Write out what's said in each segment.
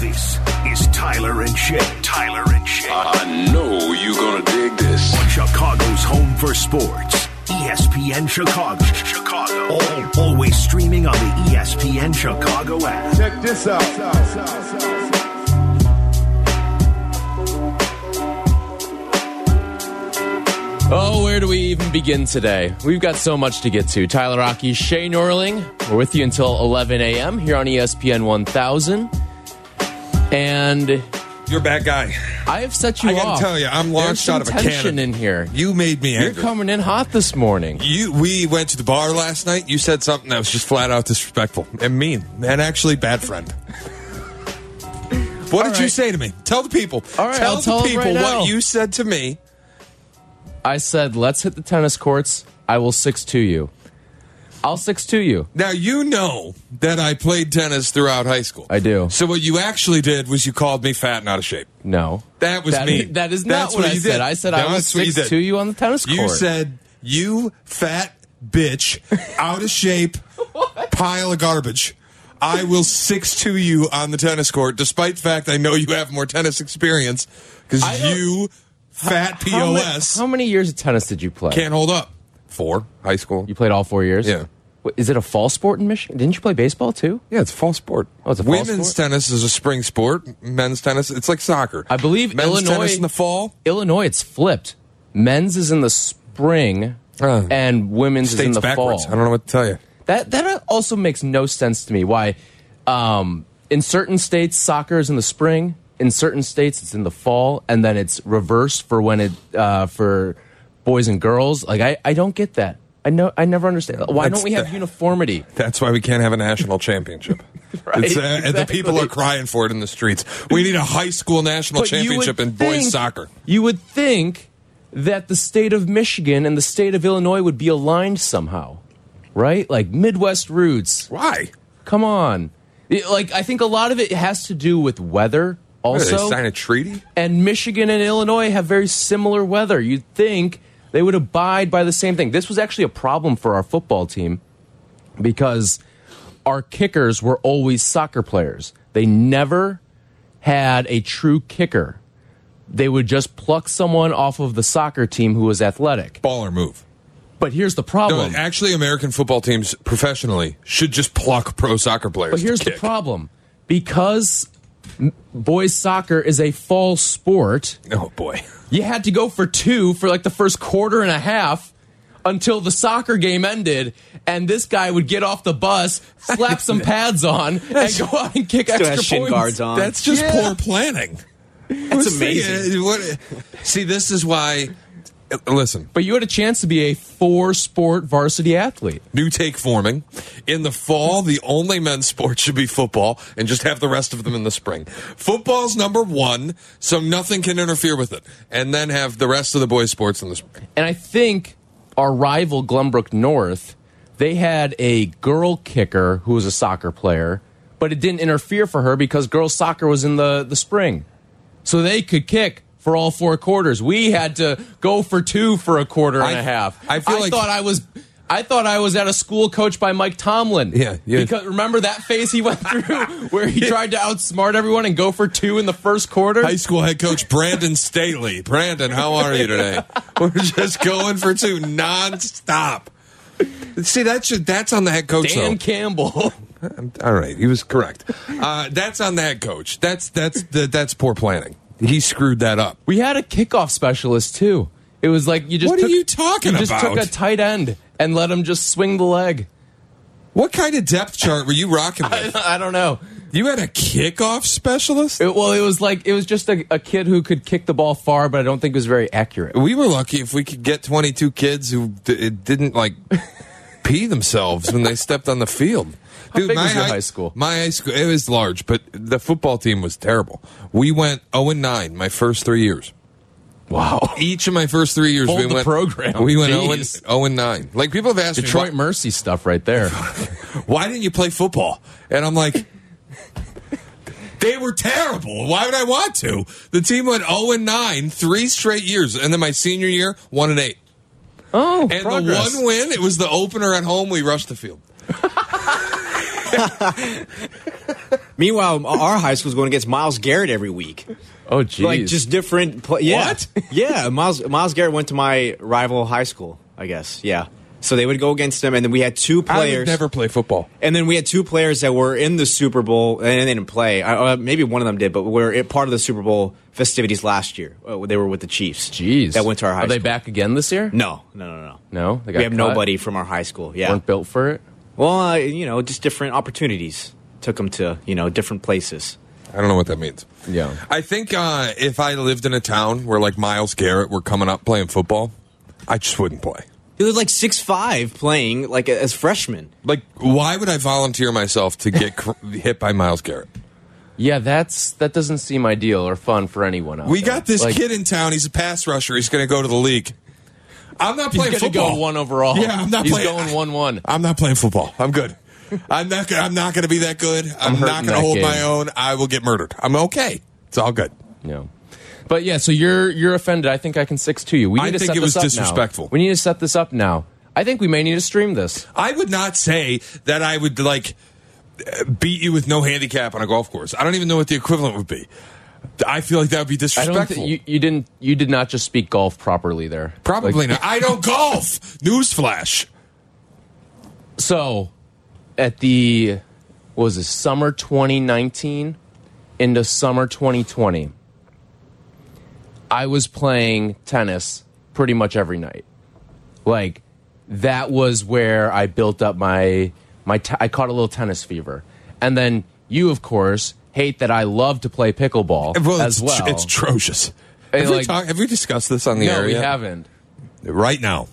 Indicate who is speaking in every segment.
Speaker 1: This is Tyler and Shay. Tyler and Shay.
Speaker 2: I know you're gonna dig this.
Speaker 1: on Chicago's home for sports. E ESPN Chicago. Chicago. Al- always streaming on the E ESPN Chicago app.
Speaker 3: Check this out.
Speaker 4: Oh, where do we even begin today? We've got so much to get to. Tyler Rocky, Shay Norling, we're with you until 11 a.m. here on E ESPN 1000. And
Speaker 5: You're a bad guy.
Speaker 4: I have set you
Speaker 5: I
Speaker 4: off.
Speaker 5: gotta tell you, I'm
Speaker 4: There's
Speaker 5: launched
Speaker 4: some
Speaker 5: out of a
Speaker 4: tension
Speaker 5: cannon.
Speaker 4: in here.
Speaker 5: You made me
Speaker 4: You're
Speaker 5: angry.
Speaker 4: coming in hot this morning.
Speaker 5: You, we went to the bar last night. You said something that was just flat out disrespectful and mean, and actually bad friend. What did you
Speaker 4: right.
Speaker 5: say to me? Tell the people.
Speaker 4: All right,
Speaker 5: tell
Speaker 4: I'll
Speaker 5: the
Speaker 4: tell 'em
Speaker 5: people
Speaker 4: right now.
Speaker 5: what you said to me.
Speaker 4: I said, let's hit the tennis courts. I will 6 to you. I'll 6 to you.
Speaker 5: Now you know that I played tennis throughout high school.
Speaker 4: I do.
Speaker 5: So what you actually did was you called me fat and out of shape.
Speaker 4: No.
Speaker 5: That was me.
Speaker 4: That is not
Speaker 5: That's
Speaker 4: what,
Speaker 5: what
Speaker 4: I
Speaker 5: you
Speaker 4: said.
Speaker 5: did.
Speaker 4: I said I will
Speaker 5: That's what you did.
Speaker 4: 6 to you on the tennis court.
Speaker 5: You said you fat bitch, out of shape, pile of garbage. I will six to you on the tennis court, despite the fact I know you have more tennis experience because
Speaker 4: I don't-
Speaker 5: you fat pos
Speaker 4: How ma- How many years of tennis did you play?
Speaker 5: can't hold up. Four high school.
Speaker 4: You played all four years.
Speaker 5: Yeah.
Speaker 4: Wait, Is it a fall sport in Michigan? Didn't you play baseball too?
Speaker 5: Yeah, it's a fall sport.
Speaker 4: Oh, it's a fall
Speaker 5: Women's
Speaker 4: sport?
Speaker 5: tennis is a spring sport. Men's tennis, it's like soccer.
Speaker 4: I believe
Speaker 5: Men's
Speaker 4: Illinois
Speaker 5: tennis in the fall.
Speaker 4: Illinois, it's flipped. Men's is in the spring,
Speaker 5: Uh,
Speaker 4: and women's is in
Speaker 5: States
Speaker 4: the
Speaker 5: backwards.
Speaker 4: fall.
Speaker 5: I don't know what to tell you.
Speaker 4: That that also makes no sense to me. Why? Um, in certain states, soccer is in the spring. In certain states, it's in the fall, and then it's reversed for when it uh, for boys and girls. Like I, I don't get that. I know I never understand. Why
Speaker 5: That's
Speaker 4: don't we have
Speaker 5: the-
Speaker 4: uniformity?
Speaker 5: That's why we can't have a national championship.
Speaker 4: Right,
Speaker 5: It's, uh, and The
Speaker 4: exactly.
Speaker 5: people are crying for it in the streets. We need a high school national
Speaker 4: But you would
Speaker 5: championship in boys
Speaker 4: think-
Speaker 5: soccer.
Speaker 4: You would think that the state of Michigan and the state of Illinois would be aligned somehow, right? Like Midwest roots.
Speaker 5: Why?
Speaker 4: Come on. It- Like I think a lot of it has to do with weather
Speaker 5: What, did
Speaker 4: also.
Speaker 5: they sign a treaty?
Speaker 4: and Michigan and Illinois have very similar weather. You'd think they would abide by the same thing. This was actually a problem for our football team because our kickers were always soccer players. They never had a true kicker. They would just pluck someone off of the soccer team who was athletic.
Speaker 5: Ball or move?
Speaker 4: But here's the
Speaker 5: No,
Speaker 4: problem.
Speaker 5: actually, American football teams professionally should just pluck pro soccer players.
Speaker 4: But
Speaker 5: to
Speaker 4: here's the
Speaker 5: kick.
Speaker 4: problem because m- boys soccer is a fall sport.
Speaker 5: Oh boy.
Speaker 4: you had to go for two for like the first quarter and a half until the soccer game ended and this guy would get off the bus slap some pads on and go out and kick
Speaker 6: Still
Speaker 4: extra
Speaker 6: has shin
Speaker 4: points
Speaker 6: guards on.
Speaker 5: That's just
Speaker 4: Yeah.
Speaker 5: poor planning. That's
Speaker 6: amazing.
Speaker 5: see, this is why. uh, Listen,
Speaker 4: but you had a chance to be a four sport varsity athlete
Speaker 5: new take forming. In the fall, the only men's sport should be football, and just have the rest of them in the spring. Football's number one, so nothing can interfere with it, and then have the rest of the boys' sports in the spring.
Speaker 4: and i think our rival glenbrook north they had a girl kicker who was a soccer player but it didn't interfere for her because girls soccer was in the, the spring so they could kick for all four quarters. We had to go for two for a quarter and
Speaker 5: I-
Speaker 4: a half.
Speaker 5: I feel like-
Speaker 4: thought I was. I thought I was at a school coached by Mike Tomlin.
Speaker 5: Yeah, yeah.
Speaker 4: Because remember that phase he went through where he tried to outsmart everyone and go for two in the first quarter?
Speaker 5: High school head coach Brandon Staley. Brandon, how are you today? We're just going for two nonstop. See, that's that's on the head coach.
Speaker 4: Dan
Speaker 5: though.
Speaker 4: Campbell.
Speaker 5: All right, he was correct. Uh, that's on that coach. That's that's the, that's poor planning. He screwed that up.
Speaker 4: We had a kickoff specialist too. It was like you just
Speaker 5: What are
Speaker 4: took,
Speaker 5: you talking
Speaker 4: you just
Speaker 5: about?
Speaker 4: took a tight end and let him just swing the leg.
Speaker 5: What kind of depth chart were you rocking
Speaker 4: I,
Speaker 5: with?
Speaker 4: I don't know.
Speaker 5: You had a kickoff specialist.
Speaker 4: It- well, it was like it was just a, a kid who could kick the ball far, but I don't think it was very accurate.
Speaker 5: We were lucky if we could get 22 kids who d- it didn't like pee themselves when they stepped on the field.
Speaker 4: big was your high school?
Speaker 5: My high school it was large, but the football team was terrible. We went 0 and 9 my first 3 years.
Speaker 4: Wow.
Speaker 5: Each of my first 3 years
Speaker 4: Hold
Speaker 5: we
Speaker 4: the
Speaker 5: went
Speaker 4: program.
Speaker 5: We went
Speaker 4: Jeez.
Speaker 5: 0 and, 0 and 9. Like people have asked
Speaker 4: Detroit
Speaker 5: me
Speaker 4: Mercy stuff right there.
Speaker 5: why, why didn't you play football? And I'm like They were terrible. Why would I want to? The team went 0 and 9 3 straight years and then my senior year 1 and 8.
Speaker 4: Oh,
Speaker 5: And the one win, it was the opener at home. We rushed the field.
Speaker 3: Meanwhile, our high school's going against Miles Garrett every week.
Speaker 4: Oh, geez.
Speaker 3: Like just different. Pla- yeah.
Speaker 5: What?
Speaker 3: yeah. Miles Miles Garrett went to my rival high school. I guess. Yeah. So they would go against them, and then we had two
Speaker 5: I would
Speaker 3: players.
Speaker 5: never play football.
Speaker 3: And then we had two players that were in the Super Bowl and they didn't play. I, uh, maybe one of them did, but were it part of the Super Bowl festivities last year. Uh, they were with the Chiefs.
Speaker 4: Jeez.
Speaker 3: that went to our high
Speaker 4: Are they
Speaker 3: school.
Speaker 4: back again this year?
Speaker 3: No, no, no, no.
Speaker 4: No? They got
Speaker 3: we have
Speaker 4: cut?
Speaker 3: nobody from our high school. Yeah.
Speaker 4: Weren't built for it?
Speaker 3: Well, uh, you know, just different opportunities took them to you know different places.
Speaker 5: I don't know what that means.
Speaker 4: Yeah.
Speaker 5: I think uh, if I lived in a town where like Miles Garrett were coming up playing football, I just wouldn't play.
Speaker 3: He was like six five, playing like as freshmen.
Speaker 5: Like, why would I volunteer myself to get cr- hit by Miles Garrett?
Speaker 4: Yeah, that's that doesn't seem ideal or fun for anyone. Out
Speaker 5: We
Speaker 4: there.
Speaker 5: got this
Speaker 4: Like,
Speaker 5: kid in town. He's a pass rusher. He's going to go to the league. I'm not
Speaker 4: He's
Speaker 5: playing
Speaker 4: gonna
Speaker 5: football.
Speaker 4: go one overall.
Speaker 5: Yeah, I'm not
Speaker 4: He's
Speaker 5: playing.
Speaker 4: going one one.
Speaker 5: I'm not playing football. I'm good. I'm not. gonna- I'm not going to be that good. I'm,
Speaker 4: hurting
Speaker 5: not going to
Speaker 4: that
Speaker 5: hold my
Speaker 4: game.
Speaker 5: own. I will get murdered. I'm okay. It's all good.
Speaker 4: No. But yeah, so you're you're offended. I think I can six to you. We
Speaker 5: I
Speaker 4: need to
Speaker 5: think
Speaker 4: set
Speaker 5: it was
Speaker 4: this up now.
Speaker 5: disrespectful.
Speaker 4: We need to set this up now. I think we may need to stream this.
Speaker 5: I would not say that I would like beat you with no handicap on a golf course. I don't even know what the equivalent would be. I feel like that would be
Speaker 4: I
Speaker 5: disrespectful.
Speaker 4: don't think you, you didn't you did not just speak golf properly there.
Speaker 5: Probably
Speaker 4: Like,
Speaker 5: not. I don't golf. Newsflash.
Speaker 4: So at the what was this summer 2019 into summer 2020, I was playing tennis pretty much every night. Like that was where I built up my my t- I caught a little tennis fever, and then you of course hate that I love to play pickleball as
Speaker 5: it's,
Speaker 4: well.
Speaker 5: it's atrocious.
Speaker 4: Hey,
Speaker 5: Have, we
Speaker 4: like-
Speaker 5: talk- have we discussed this on the
Speaker 4: no,
Speaker 5: air?
Speaker 4: we
Speaker 5: yet?
Speaker 4: haven't.
Speaker 5: Right now,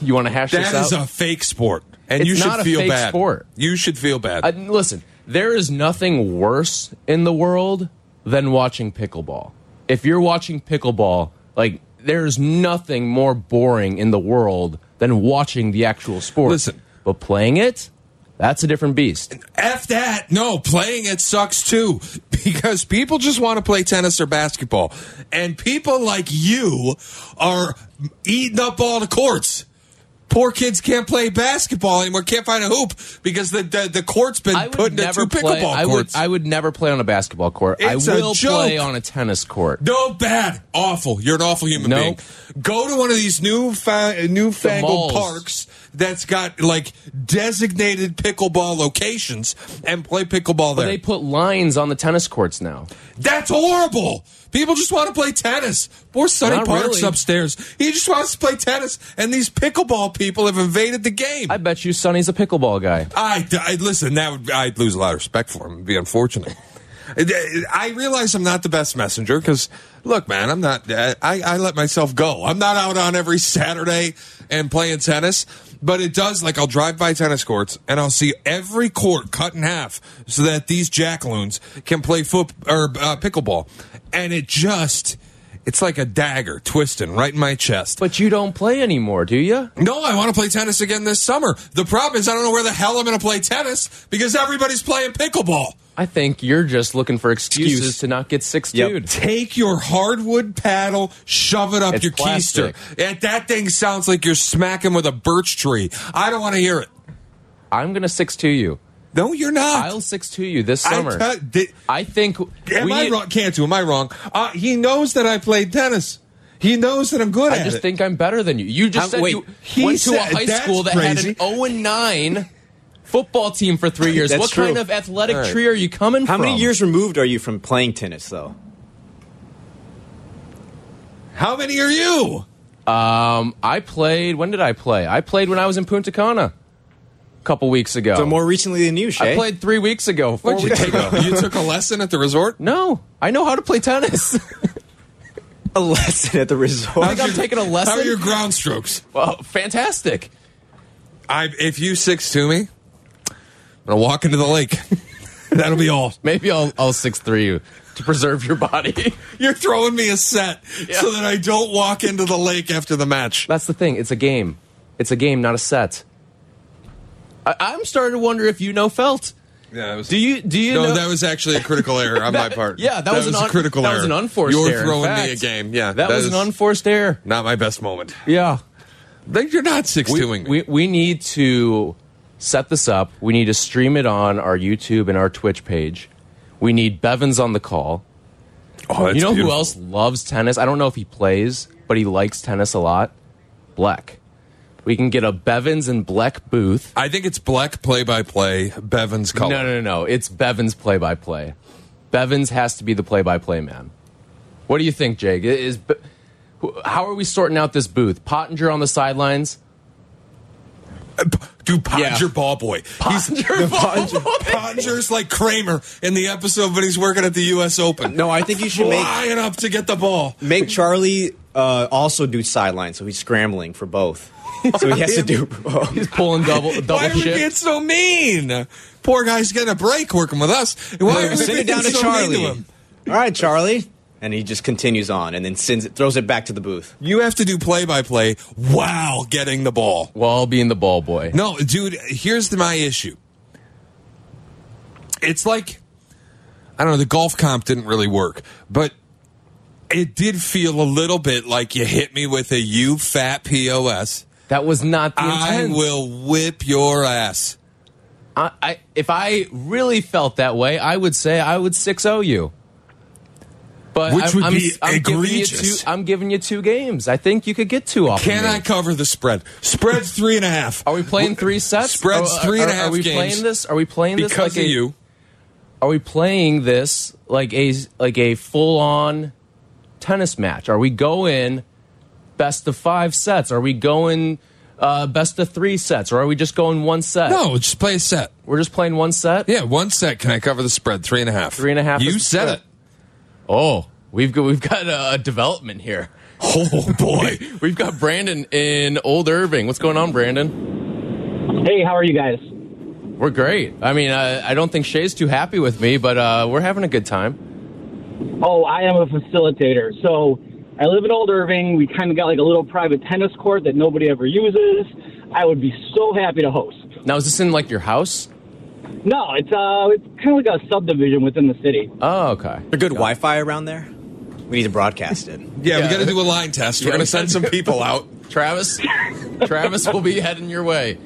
Speaker 4: You want to hash
Speaker 5: that
Speaker 4: this
Speaker 5: is
Speaker 4: out?
Speaker 5: a fake sport, and
Speaker 4: It's
Speaker 5: you should
Speaker 4: not a
Speaker 5: feel
Speaker 4: fake
Speaker 5: bad.
Speaker 4: sport.
Speaker 5: You should feel bad.
Speaker 4: I, listen, there is nothing worse in the world than watching pickleball. If you're watching pickleball, like there's nothing more boring in the world than watching the actual sport.
Speaker 5: Listen.
Speaker 4: but playing it, that's a different beast.
Speaker 5: F that. No, playing it sucks too because people just want to play tennis or basketball. And people like you are eating up all the courts. Poor kids can't play basketball anymore, can't find a hoop because the the, the court's been
Speaker 4: I
Speaker 5: put
Speaker 4: would
Speaker 5: into
Speaker 4: never
Speaker 5: two
Speaker 4: play.
Speaker 5: pickleball
Speaker 4: I would.
Speaker 5: courts.
Speaker 4: I would never play on a basketball court.
Speaker 5: It's a
Speaker 4: I will play
Speaker 5: joke.
Speaker 4: on a tennis court.
Speaker 5: no bad, awful. You're an awful human
Speaker 4: No.
Speaker 5: being. Go to one of these new fa- newfangled
Speaker 4: malls.
Speaker 5: parks that's got like designated pickleball locations and play pickleball there.
Speaker 4: They put lines on the tennis courts now.
Speaker 5: That's horrible. People just want to play tennis. Poor Sonny
Speaker 4: Not
Speaker 5: Parks
Speaker 4: really.
Speaker 5: upstairs. He just wants to play tennis, and these pickleball people have invaded the game. I,
Speaker 4: I bet you Sonny's a pickleball guy.
Speaker 5: I, listen. That would I'd lose a lot of respect for him. It'd be unfortunate. I I realize I'm not the best messenger because look, man, I'm not. I, I let myself go. I'm not out on every Saturday and playing tennis. But it does like I'll drive by tennis courts and I'll see every court cut in half so that these jackaloons can play foot or uh, pickleball, and it just. It's like a dagger twisting right in my chest.
Speaker 4: But you don't play anymore, do you?
Speaker 5: No, I want to play tennis again this summer. The problem is I don't know where the hell I'm going to play tennis because everybody's playing pickleball.
Speaker 4: I think you're just looking for excuses
Speaker 3: Excuse.
Speaker 4: to not get six
Speaker 3: Yep.
Speaker 4: dude.
Speaker 5: Take your hardwood paddle, shove it up
Speaker 4: It's
Speaker 5: your
Speaker 4: plastic.
Speaker 5: keister. And that thing sounds like you're smacking with a birch tree. I don't want to hear it.
Speaker 4: I'm gonna six to you.
Speaker 5: No, you're not.
Speaker 4: I'll six to you this
Speaker 5: I
Speaker 4: summer. I
Speaker 5: tell- di-
Speaker 4: think
Speaker 5: am
Speaker 4: we,
Speaker 5: I wrong? Can't do. Am I wrong? Uh, he knows that I played tennis. He knows that I'm good
Speaker 4: I
Speaker 5: at
Speaker 4: just
Speaker 5: it.
Speaker 4: think I'm better than you. You just
Speaker 3: How-
Speaker 4: said
Speaker 3: wait,
Speaker 4: you
Speaker 5: he
Speaker 4: went to a
Speaker 5: said-
Speaker 4: high
Speaker 5: that's
Speaker 4: school that
Speaker 5: crazy.
Speaker 4: had an 0 and 9 football team for three years.
Speaker 3: That's
Speaker 4: what kind
Speaker 3: true.
Speaker 4: of athletic
Speaker 5: All right.
Speaker 4: tree are you coming
Speaker 3: How
Speaker 4: from?
Speaker 3: many years removed are you from playing tennis, though?
Speaker 5: How many are you?
Speaker 4: I played. When did I play? I played when I was in Punta Cana a couple weeks ago.
Speaker 3: So more recently than you, Shay.
Speaker 4: I played three weeks ago. Four
Speaker 5: What'd you
Speaker 4: weeks
Speaker 5: take?
Speaker 4: ago.
Speaker 5: you took a lesson at the resort.
Speaker 4: No, I know how to play tennis.
Speaker 3: a lesson at the resort.
Speaker 4: think I'm taking a
Speaker 5: How are
Speaker 4: lesson?
Speaker 5: your ground strokes?
Speaker 4: well, fantastic.
Speaker 5: I if you six to me, I'm gonna walk into the lake. That'll be all.
Speaker 4: Maybe I'll I'll six three you to preserve your body.
Speaker 5: You're throwing me a set so that I don't walk into the lake after the match.
Speaker 4: That's the thing. It's a game. It's a game, not a set. I, I'm starting to wonder if you know Felt.
Speaker 5: Yeah, that was,
Speaker 4: Do you? Do you?
Speaker 5: No,
Speaker 4: know,
Speaker 5: that was actually a critical error on my part.
Speaker 4: Yeah, that, was, an
Speaker 5: a
Speaker 4: un-
Speaker 5: critical
Speaker 4: That
Speaker 5: error.
Speaker 4: was an unforced
Speaker 5: You're
Speaker 4: error. in
Speaker 5: throwing me
Speaker 4: fact.
Speaker 5: a game. Yeah,
Speaker 4: that, was
Speaker 5: is
Speaker 4: an unforced error.
Speaker 5: not my best moment.
Speaker 4: Yeah,
Speaker 5: Like, You're not six
Speaker 4: we,
Speaker 5: doing me.
Speaker 4: we we need to set this up. We need to stream it on our YouTube and our Twitch page, We need Bevins on the call.
Speaker 5: Oh, that's
Speaker 4: you know
Speaker 5: beautiful.
Speaker 4: who else loves tennis? I don't know if he plays, but he likes tennis a lot. Bleck. We can get a Bevins and Bleck booth.
Speaker 5: I think it's Black Play by Play, Bevan's Color.
Speaker 4: No, no, no, no. It's Bevins play by play. Bevins has to be the play by play man. What do you think, Jake? Is Be- wh- how are we sorting out this booth? Pottinger on the sidelines.
Speaker 5: Uh, Dude, Podger
Speaker 3: Yeah.
Speaker 5: Ball Boy. He's-
Speaker 4: Pottinger,
Speaker 5: Podger's like Kramer in the episode, but he's working at the U.S. Open.
Speaker 3: No, I think you should make
Speaker 5: Flying up to get the ball.
Speaker 3: make Charlie uh, also do sideline, so he's scrambling for both. So he has to do both.
Speaker 4: He's pulling double
Speaker 5: Why
Speaker 4: double
Speaker 5: are we being
Speaker 4: shit.
Speaker 5: so mean? Poor guy's getting a break working with us. Why are we
Speaker 3: Send
Speaker 5: being
Speaker 3: it down to
Speaker 5: so
Speaker 3: Charlie.
Speaker 5: mean to
Speaker 3: All
Speaker 5: him?
Speaker 3: right, Charlie. And he just continues on, and then sends it, throws it back to the booth.
Speaker 5: You have to do play by play while getting the ball.
Speaker 4: While being the ball boy.
Speaker 5: No, dude, here's the, my issue. It's like I don't know, the golf comp didn't really work, but it did feel a little bit like you hit me with a you fat POS.
Speaker 4: That was not the
Speaker 5: I
Speaker 4: intent.
Speaker 5: will whip your ass.
Speaker 4: I, I, if I really felt that way, I would say I would 6-0 you. But
Speaker 5: Which
Speaker 4: I'm-
Speaker 5: would
Speaker 4: I'm,
Speaker 5: be
Speaker 4: I'm Giving you
Speaker 5: egregious.
Speaker 4: two, I'm giving you two games. I think you could get two off. of
Speaker 5: Can
Speaker 4: me.
Speaker 5: I cover the spread? Spread's three and a half.
Speaker 4: Are we playing three sets?
Speaker 5: Spread's
Speaker 4: Are-
Speaker 5: three and a
Speaker 4: are-
Speaker 5: half
Speaker 4: Are we
Speaker 5: games.
Speaker 4: playing this? Are we playing this
Speaker 5: because
Speaker 4: like
Speaker 5: of
Speaker 4: a,
Speaker 5: you?
Speaker 4: Are we playing this like a like a full on tennis match? Are we going best of five sets? Are we going uh, best of three sets? Or are we just going one set?
Speaker 5: No, just play a set.
Speaker 4: we're just playing one set.
Speaker 5: Yeah, one set. Can I cover the spread? Three and a half.
Speaker 4: Three and a half
Speaker 5: You
Speaker 4: is the
Speaker 5: said
Speaker 4: spread. Oh, we've got we've got a, a development here.
Speaker 5: it. Oh boy.
Speaker 4: We've got Brandon in Old Irving. What's going on, Brandon?
Speaker 6: Hey, how are you guys?
Speaker 4: We're great. I mean, I, I don't think Shay's too happy with me, but uh, we're having a good time.
Speaker 6: Oh, I am a facilitator. So I live in Old Irving. We kind of got like a little private tennis court that nobody ever uses. I would be so happy to host.
Speaker 4: Now, is this in like your house?
Speaker 6: No, it's uh, it's kind of like a subdivision within the city.
Speaker 4: Oh, okay.
Speaker 3: A good Wi-Fi around there. We need to broadcast it.
Speaker 5: Yeah, we
Speaker 4: Yeah.
Speaker 5: got to do a line test. We're
Speaker 4: Yeah,
Speaker 5: going
Speaker 4: we
Speaker 5: to send
Speaker 4: gotta
Speaker 5: some
Speaker 4: do-
Speaker 5: people out.
Speaker 4: Travis, Travis will be heading your way.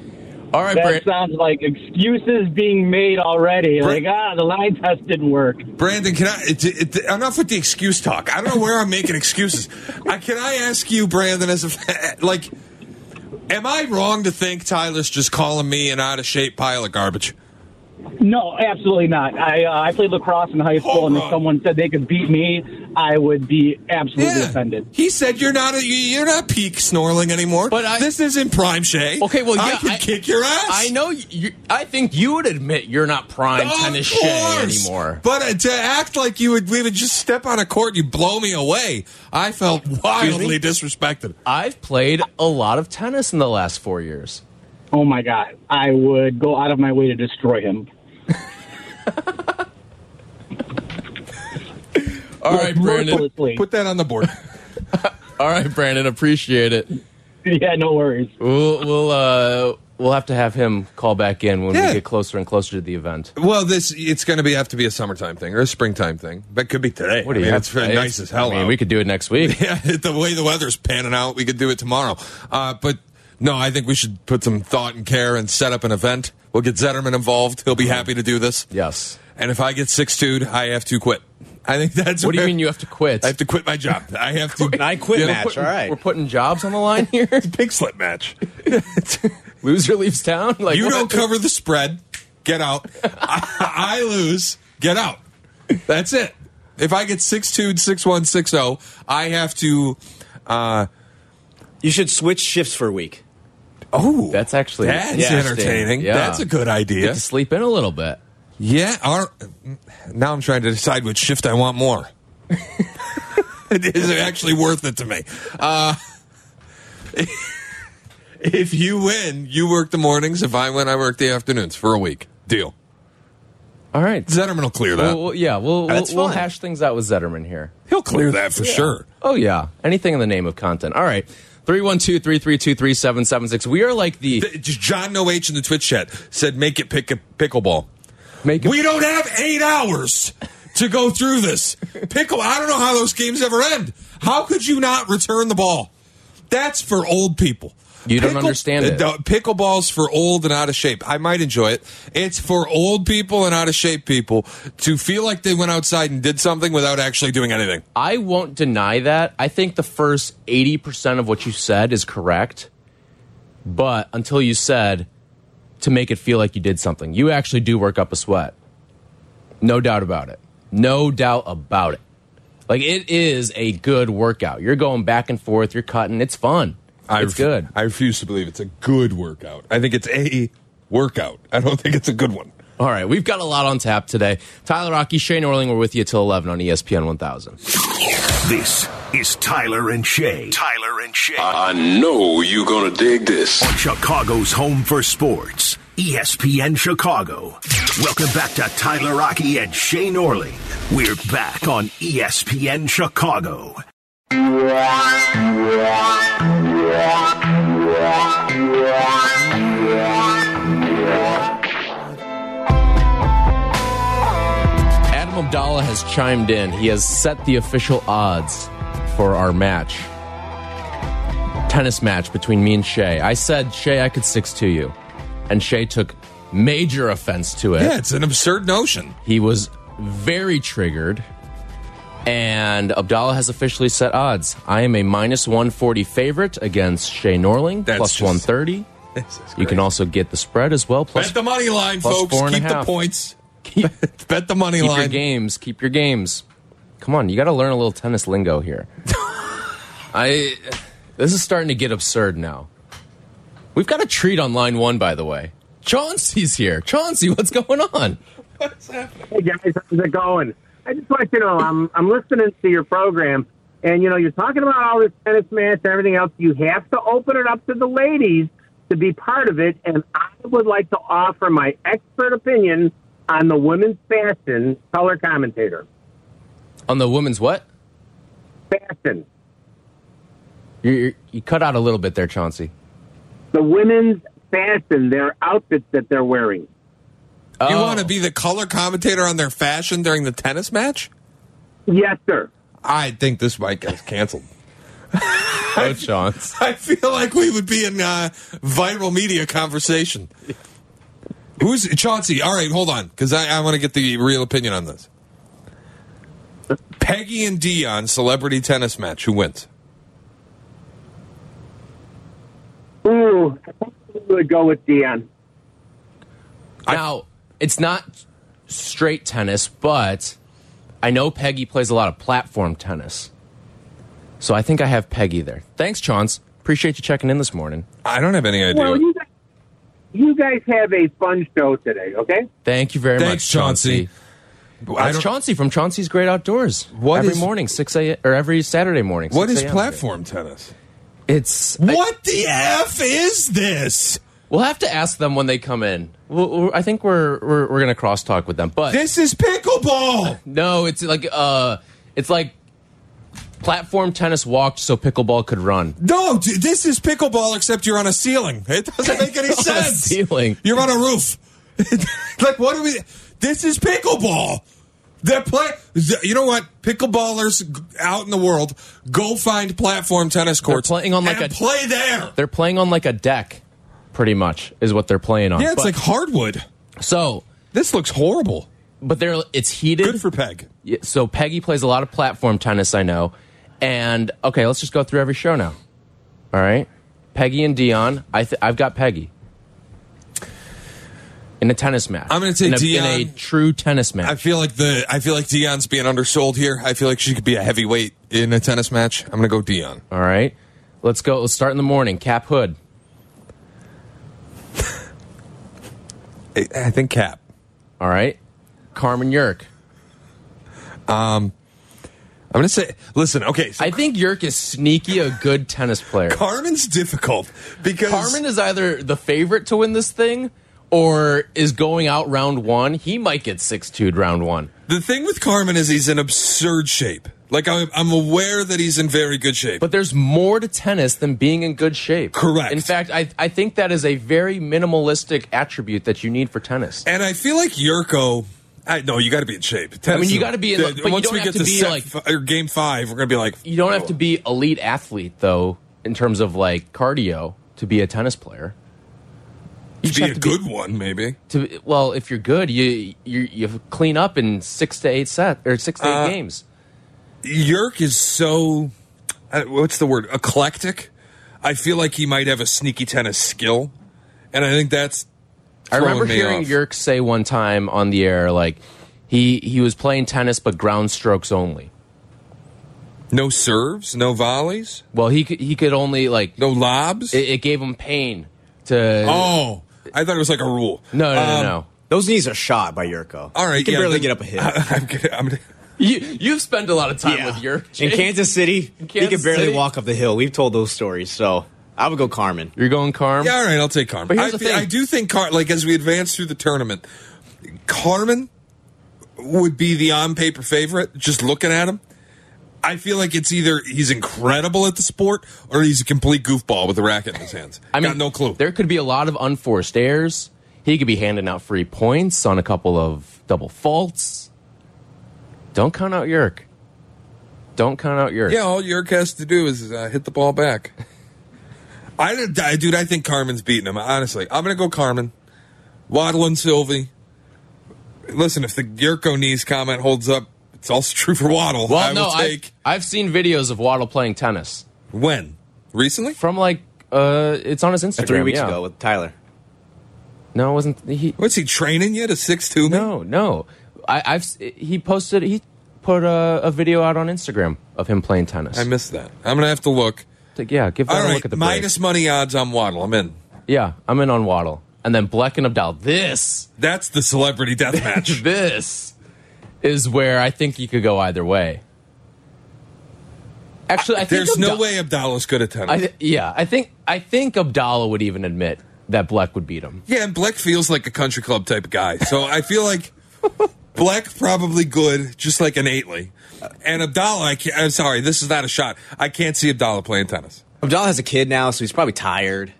Speaker 4: All right,
Speaker 6: That
Speaker 4: Brand.
Speaker 6: sounds like excuses being made already. Like ah, the line test didn't work.
Speaker 5: Brandon, can I? It, it, enough with the excuse talk. I don't know where I'm making excuses. I, can I ask you, Brandon, as a fa- like, am I wrong to think Tyler's just calling me an out of shape pile of garbage?
Speaker 6: No, absolutely not. I uh, I played lacrosse in high school,
Speaker 5: Home
Speaker 6: and if
Speaker 5: run.
Speaker 6: someone said they could beat me, I would be absolutely offended.
Speaker 5: he said you're not a, you- you're not peak snorling anymore.
Speaker 4: But I-
Speaker 5: this isn't prime Shay.
Speaker 4: Okay, well, yeah,
Speaker 5: I can kick your ass.
Speaker 4: I know. You, you- I think you would admit you're not prime
Speaker 5: Of
Speaker 4: tennis Shay
Speaker 5: course.
Speaker 4: anymore.
Speaker 5: But uh, to act like you would, we would just step on a court, you blow me away. I felt wildly disrespected.
Speaker 4: I've played a lot of tennis in the last four years.
Speaker 6: Oh my god, I would go out of my way to destroy him.
Speaker 4: All right, Brandon.
Speaker 6: Mercilessly.
Speaker 5: Put that on the board.
Speaker 4: All right, Brandon. Appreciate it.
Speaker 6: Yeah, no worries.
Speaker 4: We'll we'll uh, we'll have to have him call back in when
Speaker 5: Yeah.
Speaker 4: we get closer and closer to the event.
Speaker 5: Well, this it's going to be have to be a summertime thing or a springtime thing, but it could be today.
Speaker 4: What do
Speaker 5: I
Speaker 4: you
Speaker 5: mean,
Speaker 4: have?
Speaker 5: It's nice as hell.
Speaker 4: I mean,
Speaker 5: out.
Speaker 4: we could do it next week.
Speaker 5: yeah, the way the weather's panning out, we could do it tomorrow. Uh, but no, I think we should put some thought and care and set up an event. We'll get Zetterman involved. He'll be happy to do this.
Speaker 4: Yes.
Speaker 5: And if I get six two, I have to quit. I think that's
Speaker 4: What do you
Speaker 5: where-
Speaker 4: mean you have to quit?
Speaker 5: I have to quit my job. I have to.
Speaker 3: I quit
Speaker 5: Yeah,
Speaker 3: match.
Speaker 5: put-
Speaker 3: All right.
Speaker 4: We're putting jobs on the line here.
Speaker 5: Pig slip match.
Speaker 4: Loser leaves town. Like
Speaker 5: You
Speaker 4: what?
Speaker 5: don't cover the spread. Get out. I, I lose. Get out. That's it. If I get 6'2", 6'1", 6'0", oh, I have to. Uh,
Speaker 3: You should switch shifts for a week.
Speaker 5: oh,
Speaker 4: That's actually
Speaker 5: that's
Speaker 4: interesting.
Speaker 5: entertaining.
Speaker 4: Yeah.
Speaker 5: That's a good idea.
Speaker 4: Get to sleep in a little bit.
Speaker 5: Yeah. Our, now I'm trying to decide which shift I want more. Is it actually worth it to me? Uh, if you win, you work the mornings. If I win, I work the afternoons for a week. Deal.
Speaker 4: All right.
Speaker 5: Zetterman will clear that.
Speaker 4: Well, well, yeah, we'll we'll,
Speaker 3: That's
Speaker 4: we'll
Speaker 3: fine.
Speaker 4: hash things out with Zetterman here.
Speaker 5: He'll clear that for sure.
Speaker 4: Oh yeah, anything in the name of content. All right. 312-332-3776. We are like the
Speaker 5: Th- John No H in the Twitch chat said, "Make it pick a pickleball."
Speaker 4: make
Speaker 5: We don't have eight hours to go through this pickle. I don't know how those games ever end. How could you not return the ball? That's for old people.
Speaker 4: You don't understand it.
Speaker 5: uh, Pickleball's for old and out of shape. I might enjoy it. It's for old people and out of shape people to feel like they went outside and did something without actually doing anything.
Speaker 4: I won't deny that. I think the first 80% of what you said is correct. But until you said to make it feel like you did something, you actually do work up a sweat. No doubt about it. No doubt about it. Like it is a good workout. You're going back and forth, you're cutting, it's fun. it's
Speaker 5: ref-
Speaker 4: good.
Speaker 5: I refuse to believe it's a good workout. I think it's a workout. I don't think it's a good one.
Speaker 4: All right, we've got a lot on tap today. Tyler Rocky, Shane Orling, we're with you till 11 on E ESPN 1000.
Speaker 1: This is Tyler and Shay. Tyler and Shay.
Speaker 2: I know you're gonna dig this.
Speaker 1: Chicago's home for sports. E ESPN Chicago. Welcome back to Tyler Rocky and Shane Orling. We're back on E ESPN Chicago.
Speaker 4: Adam Abdallah has chimed in. He has set the official odds for our match. Tennis match between me and Shay. I said, Shay, I could 6 to you. And Shay took major offense to it.
Speaker 5: Yeah, it's an absurd notion.
Speaker 4: He was very triggered. And Abdallah has officially set odds. I am a minus 140 favorite against Shay Norling,
Speaker 5: That's
Speaker 4: plus
Speaker 5: just-
Speaker 4: 130. You can also get the spread as well. Plus,
Speaker 5: Bet the money line,
Speaker 4: plus
Speaker 5: folks.
Speaker 4: four and a
Speaker 5: Keep the
Speaker 4: half.
Speaker 5: points.
Speaker 4: keep,
Speaker 5: Bet the money
Speaker 4: keep your
Speaker 5: line.
Speaker 4: games. Keep your games. Come on, you got to learn a little tennis lingo here. I. This is starting to get absurd now. We've got a treat on line one, by the way. Chauncey's here. Chauncey, what's going on?
Speaker 7: Hey guys, how's it going? I just want you to know I'm
Speaker 8: um,
Speaker 7: I'm listening to your program, and you know you're talking about all this tennis match and everything else. You have to open it up to the ladies to be part of it, and I would like to offer my expert opinion on the women's fashion color commentator
Speaker 4: On the women's what?
Speaker 7: fashion.
Speaker 4: You, you, you cut out a little bit there, Chauncey.
Speaker 7: The women's fashion, their outfits that they're wearing.
Speaker 5: You
Speaker 4: Oh.
Speaker 5: want to be the color commentator on their fashion during the tennis match?
Speaker 7: Yes, sir.
Speaker 5: I think this mic is canceled.
Speaker 4: Oh, Chauncey.
Speaker 5: I feel like we would be in uh, viral media conversation. Who's Chauncey? All right, hold on, because I, I want to get the real opinion on this. Peggy and Dion celebrity tennis match. Who wins?
Speaker 7: Ooh, I probably would go with Dion.
Speaker 4: Now, it's not straight tennis, but I know Peggy plays a lot of platform tennis. So I think I have Peggy there. Thanks, Chauncey. Appreciate you checking in this morning.
Speaker 5: I don't have any idea.
Speaker 7: Well, you guys, you guys have a fun show today, okay?
Speaker 4: Thank you very
Speaker 5: Thanks,
Speaker 4: much,
Speaker 5: Chauncey. I
Speaker 4: That's
Speaker 5: don't-
Speaker 4: Chauncey from Chauncey's Great Outdoors.
Speaker 5: What
Speaker 4: every
Speaker 5: is-
Speaker 4: morning, six a or every Saturday morning.
Speaker 5: what
Speaker 4: 6
Speaker 5: is
Speaker 4: a.m.
Speaker 5: platform tennis?
Speaker 4: It's
Speaker 5: What the f is this?
Speaker 4: we'll have to ask them when they come in. We'll, we'll- I think we're we're, we're going to crosstalk with them, but
Speaker 5: This is pickleball.
Speaker 4: no, it's like uh, it's like platform tennis walked so pickleball could run.
Speaker 5: No, d- this is pickleball, except you're on a ceiling. It doesn't make any
Speaker 4: On a
Speaker 5: sense.
Speaker 4: ceiling.
Speaker 5: You're on a roof. like, what do we? This is pickleball. That play. You know what? Pickleballers g- out in the world, go find platform tennis courts.
Speaker 4: playing on, like,
Speaker 5: and
Speaker 4: a-
Speaker 5: play there.
Speaker 4: They're playing on like a deck, pretty much is what they're playing on.
Speaker 5: Yeah, it's
Speaker 4: But-
Speaker 5: like hardwood.
Speaker 4: so,
Speaker 5: This looks horrible.
Speaker 4: but they're it's heated.
Speaker 5: Good for Peg.
Speaker 4: Yeah, so Peggy plays a lot of platform tennis, I know. And okay, let's just go through every show now. All right, Peggy and Dion. I th- I've got Peggy in a tennis match.
Speaker 5: I'm gonna say
Speaker 4: in a, in a
Speaker 5: Dion.
Speaker 4: true tennis match.
Speaker 5: I feel like the. I feel like Dion's being undersold here. I feel like she could be a heavyweight in a tennis match. I'm gonna go Dion.
Speaker 4: All right, let's go. Let's start in the morning. Cap Hood.
Speaker 5: I, I think Cap.
Speaker 4: All right, Carmen Yerk.
Speaker 5: I'm gonna say. Listen. Okay. So
Speaker 4: I think Yerk is sneaky a good tennis player.
Speaker 5: Carmen's difficult because
Speaker 4: Carmen is either the favorite to win this thing or is going out round one. He might get 6 2 round one.
Speaker 5: The thing with Carmen is he's in absurd shape. Like I'm, I'm aware that he's in very good shape.
Speaker 4: But there's more to tennis than being in good shape.
Speaker 5: Correct.
Speaker 4: In fact, I, I think that is a very minimalistic attribute that you need for tennis.
Speaker 5: and I feel like Yurko. I no, you got to be in shape. Tennis
Speaker 4: mean, you
Speaker 5: is-
Speaker 4: gotta be in-
Speaker 5: the-
Speaker 4: but you
Speaker 5: once
Speaker 4: don't
Speaker 5: we
Speaker 4: have
Speaker 5: get
Speaker 4: to be
Speaker 5: set
Speaker 4: like-
Speaker 5: fi- or game five, we're gonna be like
Speaker 4: You don't have to be elite athlete though in terms of like cardio to be a tennis player. You
Speaker 5: To
Speaker 4: just
Speaker 5: be a
Speaker 4: have to
Speaker 5: good one, maybe.
Speaker 4: to well, if you're good, you you you clean up in six to eight set or six to eight
Speaker 5: Uh,
Speaker 4: games.
Speaker 5: Yerk is so uh, what's the word eclectic. I feel like he might have a sneaky tennis skill, and I think that's.
Speaker 4: I remember
Speaker 5: throwing me
Speaker 4: hearing
Speaker 5: off.
Speaker 4: Yerk say one time on the air, like he he was playing tennis but ground strokes only.
Speaker 5: no serves, no volleys,
Speaker 4: Well, he could, he could only like
Speaker 5: no lobs.
Speaker 4: it, it gave him pain to.
Speaker 5: oh, I thought it was like a rule.
Speaker 4: no, no, no,
Speaker 5: Um,
Speaker 4: no.
Speaker 3: Those knees are shot by Yurko.
Speaker 5: All right,
Speaker 3: he can
Speaker 5: yeah,
Speaker 3: barely
Speaker 5: then-
Speaker 3: get up a hit.
Speaker 5: I'm gonna- I'm gonna-
Speaker 4: You you've spent a lot of time
Speaker 3: Yeah.
Speaker 4: with Yerk
Speaker 3: in
Speaker 4: Jake.
Speaker 3: Kansas City,
Speaker 4: Kansas
Speaker 3: he could barely
Speaker 4: City.
Speaker 3: walk up the hill. We've told those stories, so I would go Carmen.
Speaker 4: You're going Carm.
Speaker 5: Yeah, all right, I'll take Carmen.
Speaker 4: But here's
Speaker 5: I,
Speaker 4: the thing.
Speaker 5: I do think Car- like as we advance through the tournament, Carmen would be the on paper favorite. Just looking at him, I feel like it's either he's incredible at the sport or he's a complete goofball with a racket in his hands. I got no clue.
Speaker 4: There could be a lot of unforced errors. He could be handing out free points on a couple of double faults. Don't count out Yerk. Don't count out Yerk.
Speaker 5: yeah, all Yerk has to do is uh, hit the ball back. I, did- I dude, I think Carmen's beating him. Honestly, I'm gonna go Carmen, Waddle and Sylvie. Listen, if the Yurko knees comment holds up, it's also true for Waddle.
Speaker 4: Well,
Speaker 5: I
Speaker 4: no,
Speaker 5: will take.
Speaker 4: I've, I've seen videos of Waddle playing tennis
Speaker 5: When? Recently?
Speaker 4: from like uh, it's on his Instagram.
Speaker 3: Three weeks
Speaker 4: yeah.
Speaker 3: ago with Tyler.
Speaker 4: No, it wasn't he?
Speaker 5: What's he training yet? A six two?
Speaker 4: No, no. I, I've s- he posted he put a, a video out on Instagram of him playing tennis.
Speaker 5: I missed that. I'm gonna have to look.
Speaker 4: Like, yeah, give that
Speaker 5: All
Speaker 4: a
Speaker 5: right,
Speaker 4: look at the break.
Speaker 5: minus money odds on Waddle. I'm in.
Speaker 4: Yeah, I'm in on Waddle, and then Bleck and Abdal. This
Speaker 5: That's the celebrity death match.
Speaker 4: this is where I think you could go either way. Actually, I think
Speaker 5: There's no
Speaker 4: Abda-
Speaker 5: way Abdallah's good at tennis.
Speaker 4: I th- yeah, I think I think Abdallah would even admit that Bleck would beat him.
Speaker 5: yeah, and Bleck feels like a country club type guy, so I feel like Bleck probably good, just like an Aitley. And Abdallah, I can't, I'm sorry, this is not a shot. I can't see Abdallah playing tennis.
Speaker 3: Abdallah has a kid now, so he's probably tired.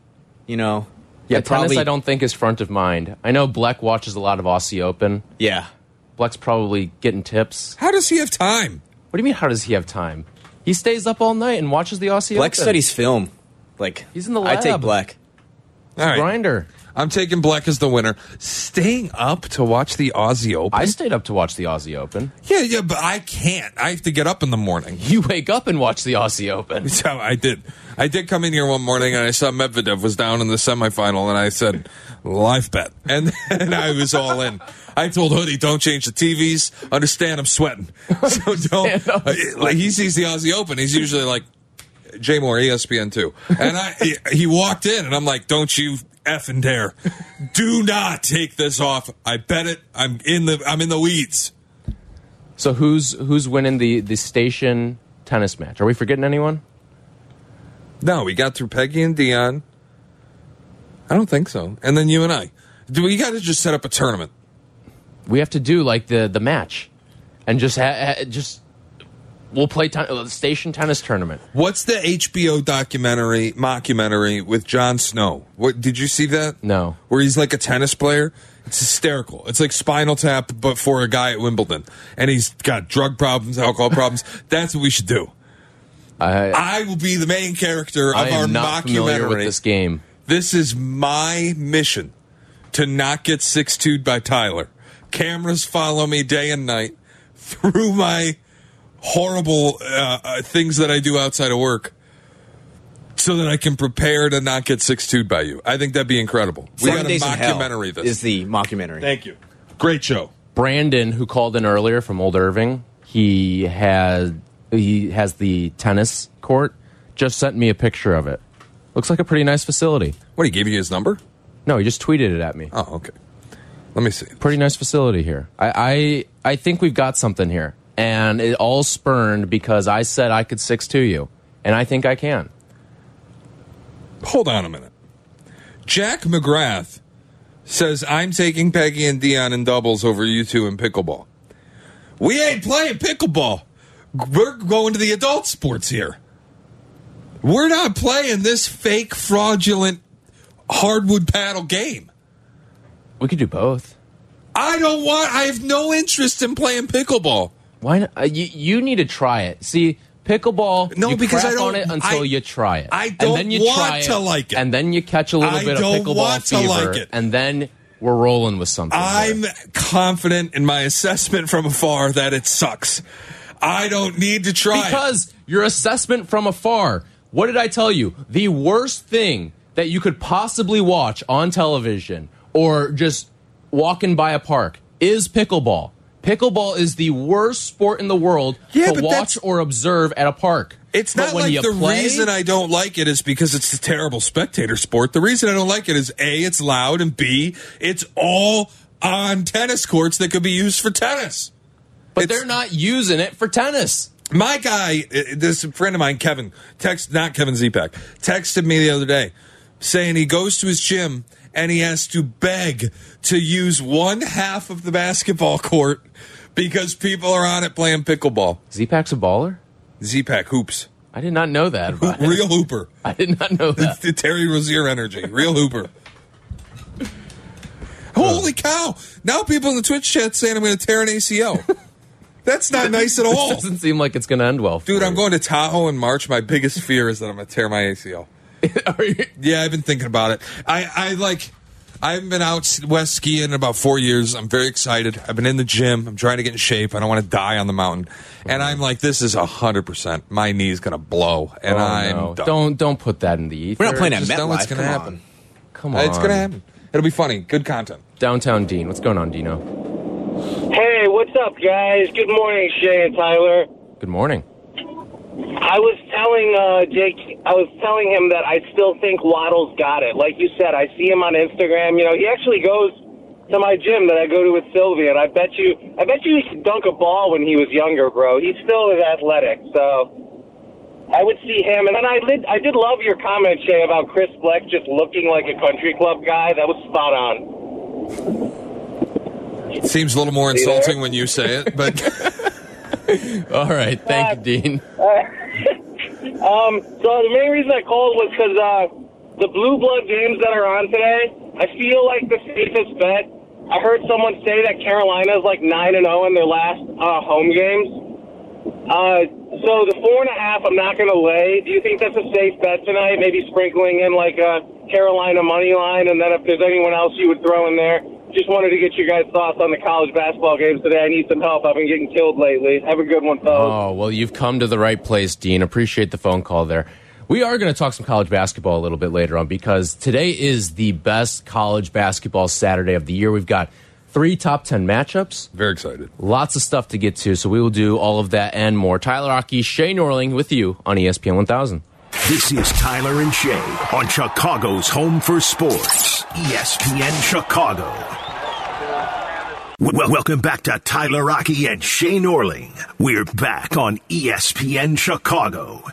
Speaker 3: You know.
Speaker 4: Yeah,
Speaker 3: And
Speaker 4: tennis I don't think is front of mind. I know Bleck watches a lot of Aussie Open.
Speaker 3: Yeah.
Speaker 4: Bleck's probably getting tips.
Speaker 5: How does he have time?
Speaker 4: What do you mean? How does he have time? He stays up all night and watches the Aussie
Speaker 3: Black
Speaker 4: Open.
Speaker 3: studies film. Like
Speaker 4: He's in the
Speaker 3: I take
Speaker 4: lab.
Speaker 3: Black.
Speaker 5: All right,
Speaker 4: grinder.
Speaker 5: I'm taking Bleck as the winner. Staying up to watch the Aussie Open.
Speaker 4: I stayed up to watch the Aussie Open.
Speaker 5: yeah, yeah, but I can't. I have to get up in the morning.
Speaker 4: You wake up and watch the Aussie Open.
Speaker 5: So I did. I did come in here one morning and I saw Medvedev was down in the semifinal and I said, life bet. And then I was all in. I told Hoodie, don't change the TVs. Understand I'm sweating. So don't.
Speaker 4: I'm
Speaker 5: Like, he sees the Aussie Open. He's usually like, Jay Moore, E ESPN 2. And I, he- he walked in and I'm like, don't you effing dare. Do not take this off. I bet it. I'm in the, I'm in the weeds.
Speaker 4: So who's who's winning the the station tennis match? Are we forgetting anyone?
Speaker 5: No, we got through Peggy and Dion. I don't think so. And then you and I. Do we got to just set up a tournament?
Speaker 4: We have to do like the the match, and just ha- ha- just we'll play ten- uh, station tennis tournament.
Speaker 5: What's the HBO documentary mockumentary with Jon Snow? What did you see that?
Speaker 4: No.
Speaker 5: Where he's like a tennis player. It's hysterical. It's like Spinal Tap, but for a guy at Wimbledon, and he's got drug problems, alcohol problems. That's what we should do.
Speaker 4: I,
Speaker 5: I will be the main character of
Speaker 4: I
Speaker 5: our
Speaker 4: am not familiar
Speaker 5: mockumentary.
Speaker 4: with this game.
Speaker 5: This is my mission to not get 6 2 by Tyler. Cameras follow me day and night through my horrible uh, uh, things that I do outside of work so that I can prepare to not get 6 2 by you. I think that'd be incredible.
Speaker 3: Seven
Speaker 5: we
Speaker 3: Days in
Speaker 5: got a
Speaker 3: Hell
Speaker 5: mockumentary this.
Speaker 3: is the mockumentary.
Speaker 5: Thank you. Great show.
Speaker 4: Brandon, who called in earlier from Old Irving, he had he has the tennis court. Just sent me a picture of it. Looks like a pretty nice facility.
Speaker 5: What, he gave you his number?
Speaker 4: No, he just tweeted it at me.
Speaker 5: Oh, okay. Let me see.
Speaker 4: pretty nice facility here. I, I I think we've got something here, and it all spurned because I said I could six to you, and I think I can.
Speaker 5: Hold on a minute. Jack McGrath says, I'm taking Peggy and Dion in doubles over you two in pickleball. We ain't playing pickleball. We're going to the adult sports here. We're not playing this fake, fraudulent hardwood paddle game.
Speaker 4: We could do both.
Speaker 5: I don't want, I have no interest in playing pickleball.
Speaker 4: Why not? Uh, you, you need to try it. See, Pickleball,
Speaker 5: No,
Speaker 4: you
Speaker 5: because
Speaker 4: crap
Speaker 5: I don't-
Speaker 4: on it until
Speaker 5: I-
Speaker 4: you try it.
Speaker 5: I
Speaker 4: and
Speaker 5: don't
Speaker 4: then you
Speaker 5: want
Speaker 4: try
Speaker 5: to like it.
Speaker 4: And then you catch a little
Speaker 5: I
Speaker 4: bit of
Speaker 5: don't
Speaker 4: pickleball
Speaker 5: want to
Speaker 4: fever,
Speaker 5: like it.
Speaker 4: and then we're rolling with something. here.
Speaker 5: I'm confident in my assessment from afar that it sucks. I don't need to try. it.
Speaker 4: Because your assessment from afar, what did I tell you? The worst thing that you could possibly watch on television or just walking by a park is pickleball. Pickleball is the worst sport in the world
Speaker 5: Yeah,
Speaker 4: to
Speaker 5: but
Speaker 4: watch
Speaker 5: that's-
Speaker 4: or observe at a park.
Speaker 5: It's not
Speaker 4: But
Speaker 5: like the reason I don't like it is because it's a terrible spectator sport. The reason I don't like it is A, it's loud, and B, it's all on tennis courts that could be used for tennis.
Speaker 4: but
Speaker 5: it's-
Speaker 4: they're not using it for tennis.
Speaker 5: My guy, uh, this friend of mine, Kevin, text not Kevin Zepak, texted me the other day saying he goes to his gym and he has to beg to use one half of the basketball court because people are on it playing pickleball.
Speaker 4: Z-Pack's a baller?
Speaker 5: Zepak hoops,
Speaker 4: I did not know that.
Speaker 5: Hoop-
Speaker 4: about him.
Speaker 5: real hooper,
Speaker 4: I did not know that.
Speaker 5: The Terry Rozier energy, real hooper.
Speaker 4: Uh.
Speaker 5: Holy cow! Now people in the Twitch chat saying I'm going to tear an ACL. That's not nice at all.
Speaker 4: Doesn't seem like it's going to end well. for
Speaker 5: Dude, I'm
Speaker 4: you.
Speaker 5: going to Tahoe in March. My biggest fear is that I'm going to tear my ACL.
Speaker 4: Are you-
Speaker 5: Yeah, I've been thinking about it. I, I like, I haven't been out west skiing in about four years. I'm very excited. I've been in the gym. I'm trying to get in shape. I don't want to die on the mountain. And I'm like, this is 100%. My knee's going to blow. And
Speaker 4: Oh,
Speaker 5: I'm
Speaker 4: no.
Speaker 5: done.
Speaker 4: Don't don't put that in the ether.
Speaker 3: We're not playing at
Speaker 5: Just know what's
Speaker 3: MetLife.
Speaker 5: gonna
Speaker 3: Come on.
Speaker 5: happen.
Speaker 4: Come
Speaker 5: Uh,
Speaker 4: on.
Speaker 5: It's going to happen. It'll be funny. Good content.
Speaker 4: Downtown Dean. What's going on, Dino?
Speaker 6: Hey, what's up, guys? Good morning, Shay and Tyler.
Speaker 4: Good morning.
Speaker 6: I was telling uh, Jake, I was telling him that I still think Waddle's got it. Like you said, I see him on Instagram. You know, he actually goes to my gym that I go to with Sylvia, and I bet you, I bet you he could dunk a ball when he was younger, bro. He still is athletic, so I would see him. And then I did, I did love your comment, Shay, about Chris Bleck just looking like a country club guy. That was spot on.
Speaker 5: Seems a little more
Speaker 6: there?
Speaker 5: insulting when you say it, but
Speaker 4: All right. Thank you, Dean.
Speaker 6: Um, so the main reason I called was because uh, the blue blood games that are on today, I feel like the safest bet. I heard someone say that Carolina is like nine and zero in their last uh, home games. Uh, so the four and a half, I'm not going to lay. Do you think that's a safe bet tonight? Maybe sprinkling in like a Carolina money line, and then if there's anyone else you would throw in there. Just wanted to get your guys' thoughts on the college basketball games today. I need some help. I've been getting killed lately. Have a good one, fellas.
Speaker 4: Oh well, you've come to the right place, Dean. Appreciate the phone call there. We are going to talk some college basketball a little bit later on because today is the best college basketball Saturday of the year. We've got three top ten matchups.
Speaker 5: very excited.
Speaker 4: Lots of stuff to get to, so we will do all of that and more. Tyler Rocky, Shay Norling with you on E ESPN 1000.
Speaker 1: This is Tyler and Shay on Chicago's home for sports, E ESPN Chicago. Well, welcome back to Tyler Rocky and Shay Norling. We're back on E ESPN Chicago.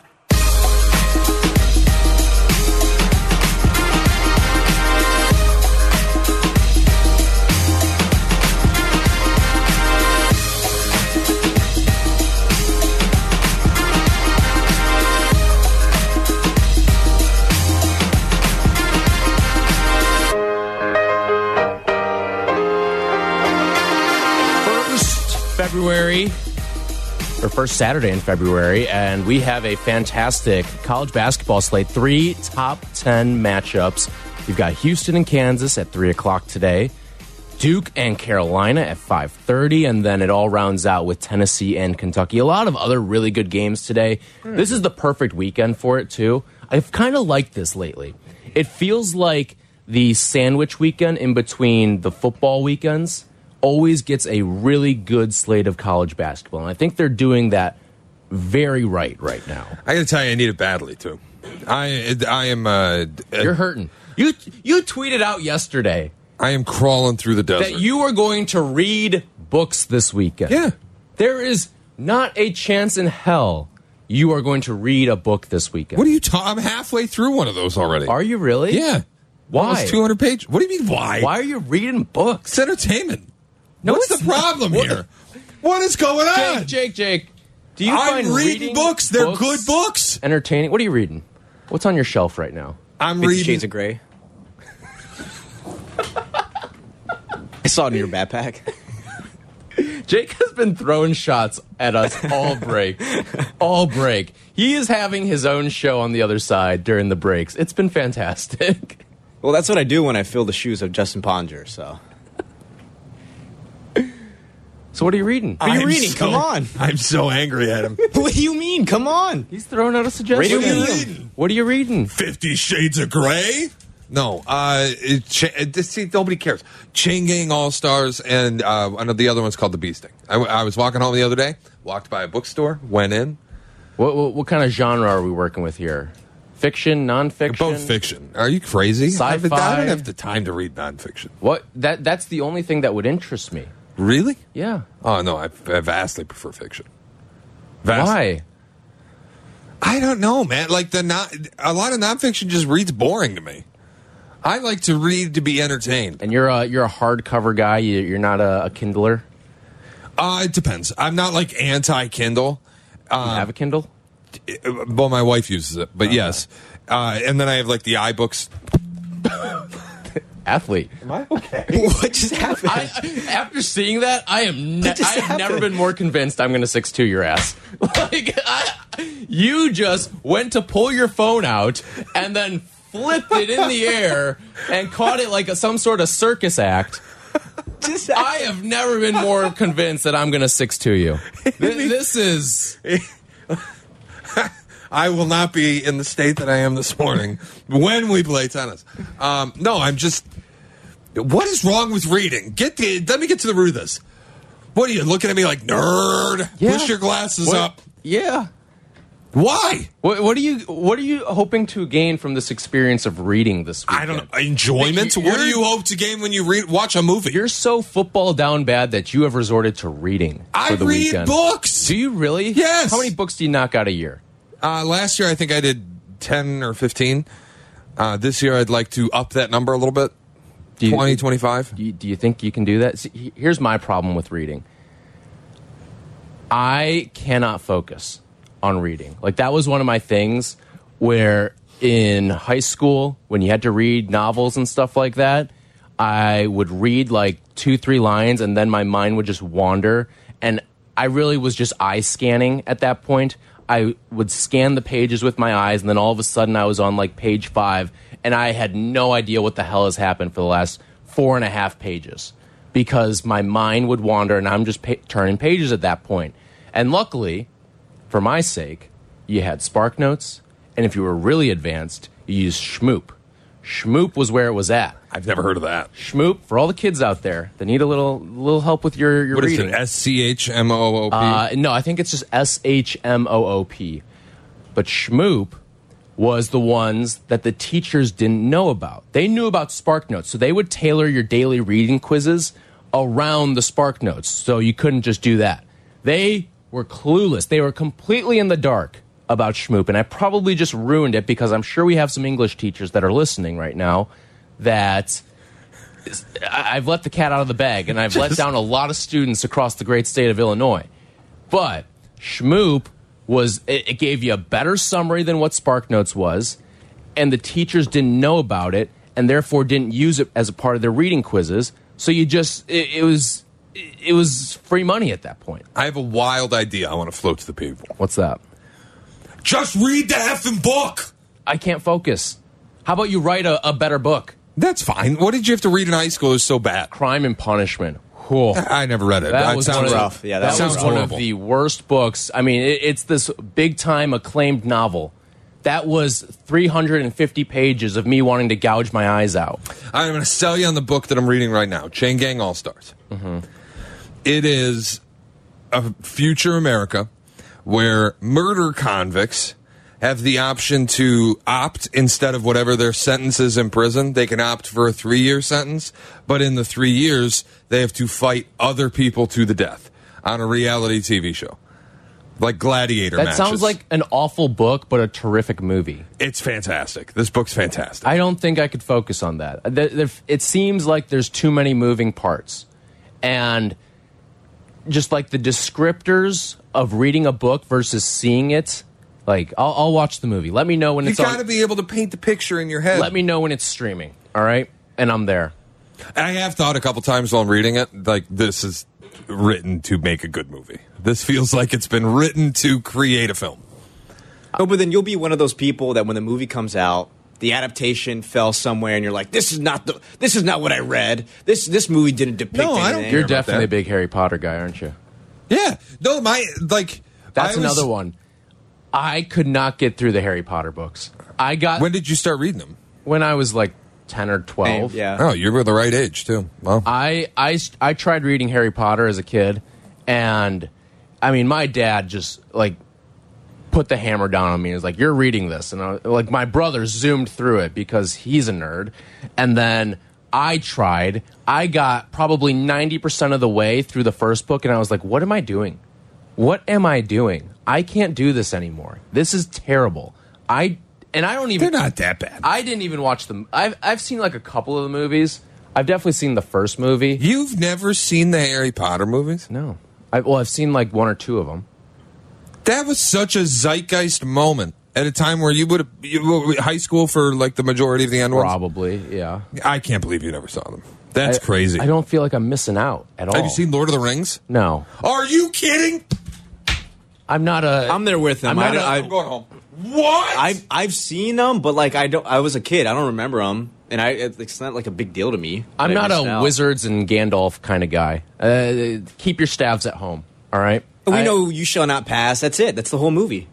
Speaker 4: first February, or first Saturday in February, and we have a fantastic college basketball slate. Three top 10 matchups. You've got Houston and Kansas at 3 o'clock today. Duke and Carolina at 5:30 and then it all rounds out with Tennessee and Kentucky. A lot of other really good games today. This is the perfect weekend for it too. I've kind of liked this lately. It feels like the sandwich weekend in between the football weekends always gets a really good slate of college basketball and I think they're doing that very right right now.
Speaker 5: I got to tell you, I need it badly, too. I, I am, uh,
Speaker 4: You're hurting. You you tweeted out yesterday
Speaker 5: I am crawling through the desert.
Speaker 4: that you are going to read books this weekend.
Speaker 5: Yeah.
Speaker 4: There is not a chance in hell you are going to read a book this weekend.
Speaker 5: what are you talking? I'm halfway through one of those already.
Speaker 4: Are you really?
Speaker 5: Yeah.
Speaker 4: Why?
Speaker 5: Almost 200 pages. What do you mean, why?
Speaker 4: Why are you reading books?
Speaker 5: It's entertainment.
Speaker 4: No,
Speaker 5: What's
Speaker 4: it's
Speaker 5: the
Speaker 4: not.
Speaker 5: problem
Speaker 4: What-
Speaker 5: here? What is going on?
Speaker 4: Jake, Jake, Jake. Do you
Speaker 5: I'm
Speaker 4: find
Speaker 5: reading books. They're good books.
Speaker 4: Entertaining. What are you reading? What's on your shelf right now?
Speaker 5: I'm
Speaker 3: Fifty
Speaker 5: reading.
Speaker 3: Shades of Grey. I saw it in your backpack.
Speaker 4: Jake has been throwing shots at us all break. all break. He is having his own show on the other side during the breaks. It's been fantastic.
Speaker 3: Well, that's what I do when I fill the shoes of Justin Ponger. So
Speaker 4: So what are you reading?
Speaker 3: What are you
Speaker 5: I'm
Speaker 3: reading? Come
Speaker 5: so-
Speaker 3: on.
Speaker 5: I'm so angry at him.
Speaker 3: what do you mean? Come on.
Speaker 4: He's throwing out a suggestion.
Speaker 3: What are you
Speaker 5: reading?
Speaker 4: What are you reading?
Speaker 5: Fifty Shades of Grey. No, uh, it, cha- it, just- see, nobody cares. Chain Gang All Stars, and uh, I know the other one's called The Bee Sting. I, w- I was walking home the other day, walked by a bookstore, went in.
Speaker 4: What, what what kind of genre are we working with here? Fiction, nonfiction,
Speaker 5: Both fiction. Are you crazy? I haven't- I
Speaker 4: Sci-fi.
Speaker 5: don't have the time to read nonfiction.
Speaker 4: What that that's the only thing that would interest me.
Speaker 5: Really?
Speaker 4: Yeah.
Speaker 5: Oh no, I, I vastly prefer fiction. Vastly.
Speaker 4: Why?
Speaker 5: I don't know, man. Like the not a lot of nonfiction just reads boring to me. I like to read to be entertained.
Speaker 4: And you're a you're a hardcover guy. You, you're not a, a Kindler.
Speaker 5: Uh, it depends. I'm not like anti Kindle.
Speaker 4: You have a Kindle.
Speaker 5: Well, my wife uses it, but yes. Uh, and then I have like the iBooks.
Speaker 4: Athlete.
Speaker 3: What just happened?
Speaker 4: I, after seeing that, I am. Ne- I
Speaker 3: What just
Speaker 4: have never
Speaker 3: happened?
Speaker 4: been more convinced. I'm going to six two your ass. Like I, you just went to pull your phone out and then flipped it in the air and caught it like a, some sort of circus act.
Speaker 3: Just-
Speaker 4: I have never been more convinced that I'm going to six two you. Th- This is
Speaker 5: I will not be in the state that I am this morning when we play tennis. Um, no, I'm just. What is wrong with reading? Get the. Let me get to the root of this. What are you looking at me like, nerd?
Speaker 4: Yeah.
Speaker 5: Push your glasses
Speaker 4: What-
Speaker 5: up.
Speaker 4: Yeah.
Speaker 5: Why?
Speaker 4: What, what are you What are you hoping to gain from this experience of reading this weekend?
Speaker 5: I don't know. Enjoyment?
Speaker 4: You're-
Speaker 5: what do you hope to gain when you read watch a movie?
Speaker 4: You're so football down bad that you have resorted to reading.
Speaker 5: I
Speaker 4: for the
Speaker 5: read
Speaker 4: weekend.
Speaker 5: books.
Speaker 4: Do you really?
Speaker 5: Yes.
Speaker 4: How many books do you knock out a year?
Speaker 5: Uh, last year, I think I did 10 or 15. Uh, this year, I'd like to up that number a little bit
Speaker 4: Do you,
Speaker 5: 20, 25.
Speaker 4: Do you, do you think you can do that? See, he- here's my problem with reading. I cannot focus on reading. Like that was one of my things where in high school when you had to read novels and stuff like that, I would read like 2 3 lines and then my mind would just wander and I really was just eye scanning at that point. I would scan the pages with my eyes and then all of a sudden I was on like page 5 and I had no idea what the hell has happened for the last four and a half pages because my mind would wander and I'm just pa- turning pages at that point. And luckily, for my sake, you had Spark Notes, and if you were really advanced, you used Schmoop. Schmoop was where it was at.
Speaker 5: I've never heard of that.
Speaker 4: Schmoop for all the kids out there that need a little little help with your your
Speaker 5: What is
Speaker 4: reading.
Speaker 5: it? S C H M O O P.
Speaker 4: Uh, no, I think it's just S H M O O P. But Schmoop was the ones that the teachers didn't know about. They knew about Spark Notes, so they would tailor your daily reading quizzes around the Spark Notes, so you couldn't just do that. They were clueless. They were completely in the dark about Schmoop, and I probably just ruined it because I'm sure we have some English teachers that are listening right now that. I- I've let the cat out of the bag, and I've let down a lot of students across the great state of Illinois. But Schmoop was it, it gave you a better summary than what SparkNotes was, and the teachers didn't know about it and therefore didn't use it as a part of their reading quizzes. So you just it, it was it, it was free money at that point.
Speaker 5: I have a wild idea I want to float to the people.
Speaker 4: What's that?
Speaker 5: Just read the effing book.
Speaker 4: I can't focus. How about you write a, a better book?
Speaker 5: That's fine. What did you have to read in high school? It was so bad.
Speaker 4: Crime and Punishment. Whew.
Speaker 5: I never read it.
Speaker 4: That, was one
Speaker 5: sounds
Speaker 4: of,
Speaker 3: rough. Yeah, that
Speaker 4: that,
Speaker 5: sounds
Speaker 4: was one
Speaker 5: horrible.
Speaker 4: of the worst books. I mean, it, it's this big time acclaimed novel. That was 350 pages of me wanting to gouge my eyes out.
Speaker 5: I'm going to sell you on the book that I'm reading right now, Chain Gang All Stars.
Speaker 4: Mm-hmm.
Speaker 5: It is a future America where murder convicts have the option to opt instead of whatever their sentence is in prison. They can opt for a three year sentence, but in the three years, they have to fight other people to the death on a reality TV show. Like gladiator
Speaker 4: That
Speaker 5: matches.
Speaker 4: sounds like an awful book, but a terrific movie.
Speaker 5: it's fantastic. This book's fantastic.
Speaker 4: I don't think I could focus on that. There- there- It seems like there's too many moving parts. And just like the descriptors of reading a book versus seeing it, like, I'll, I'll watch the movie. Let me know when
Speaker 5: you
Speaker 4: it's on.
Speaker 5: got to be able to paint the picture in your head.
Speaker 4: Let me know when it's streaming. All right, and I'm there.
Speaker 5: I have thought a couple times while I'm reading it, like this is written to make a good movie. This feels like it's been written to create a film.
Speaker 3: No, but then you'll be one of those people that when the movie comes out, the adaptation fell somewhere, and you're like, "This is not the. This is not what I read. This this movie didn't depict
Speaker 5: No, I don't
Speaker 3: anything."
Speaker 5: care.
Speaker 4: You're
Speaker 5: about
Speaker 4: definitely a
Speaker 5: that.
Speaker 4: big Harry Potter guy, aren't you?
Speaker 5: Yeah. No, my like
Speaker 4: That's
Speaker 5: I was-
Speaker 4: another one. I could not get through the Harry Potter books. I got
Speaker 5: When
Speaker 4: when,
Speaker 5: did you start reading them?
Speaker 4: I was like 10 or 12.
Speaker 3: Yeah.
Speaker 5: Oh, you were the right age too. Well,
Speaker 4: I, I s- I tried reading Harry Potter as a kid, and I mean, my dad just like put the hammer down on me. He was like, "You're reading this," and I, like my brother zoomed through it because he's a nerd, and then I tried. I got probably ninety percent of the way through the first book, and I was like, "What am I doing? What am I doing? I can't do this anymore. This is terrible." I and I don't even.
Speaker 5: that bad.
Speaker 4: I didn't even watch them. I've I've seen like a couple of the movies. I've definitely seen the first movie.
Speaker 5: You've never seen the Harry Potter movies?
Speaker 4: No, I, well, I've seen like one or two of them.
Speaker 5: That was such a zeitgeist moment at a time where you would have high school for like the majority of the end ones.
Speaker 4: Probably, yeah.
Speaker 5: I can't believe you never saw them. That's
Speaker 4: I-
Speaker 5: crazy.
Speaker 4: I don't feel like I'm missing out at all.
Speaker 5: Have you seen Lord of the Rings?
Speaker 4: No,
Speaker 5: Are you kidding?
Speaker 4: I'm not a.
Speaker 3: I'm there with them.
Speaker 4: I'm
Speaker 3: I
Speaker 4: not
Speaker 3: don't-
Speaker 4: a-
Speaker 3: I-
Speaker 5: I'm going home. What?
Speaker 3: I've I've seen them, but like I don't. I was a kid. I don't remember them, and I it's not like a big deal to me. that
Speaker 4: I'm
Speaker 3: I
Speaker 4: not
Speaker 3: missed
Speaker 4: a
Speaker 3: out.
Speaker 4: wizards and Gandalf kind of guy. Uh, keep your staves at home. All right.
Speaker 3: We
Speaker 4: I-
Speaker 3: know you shall not pass. That's it. That's the whole movie.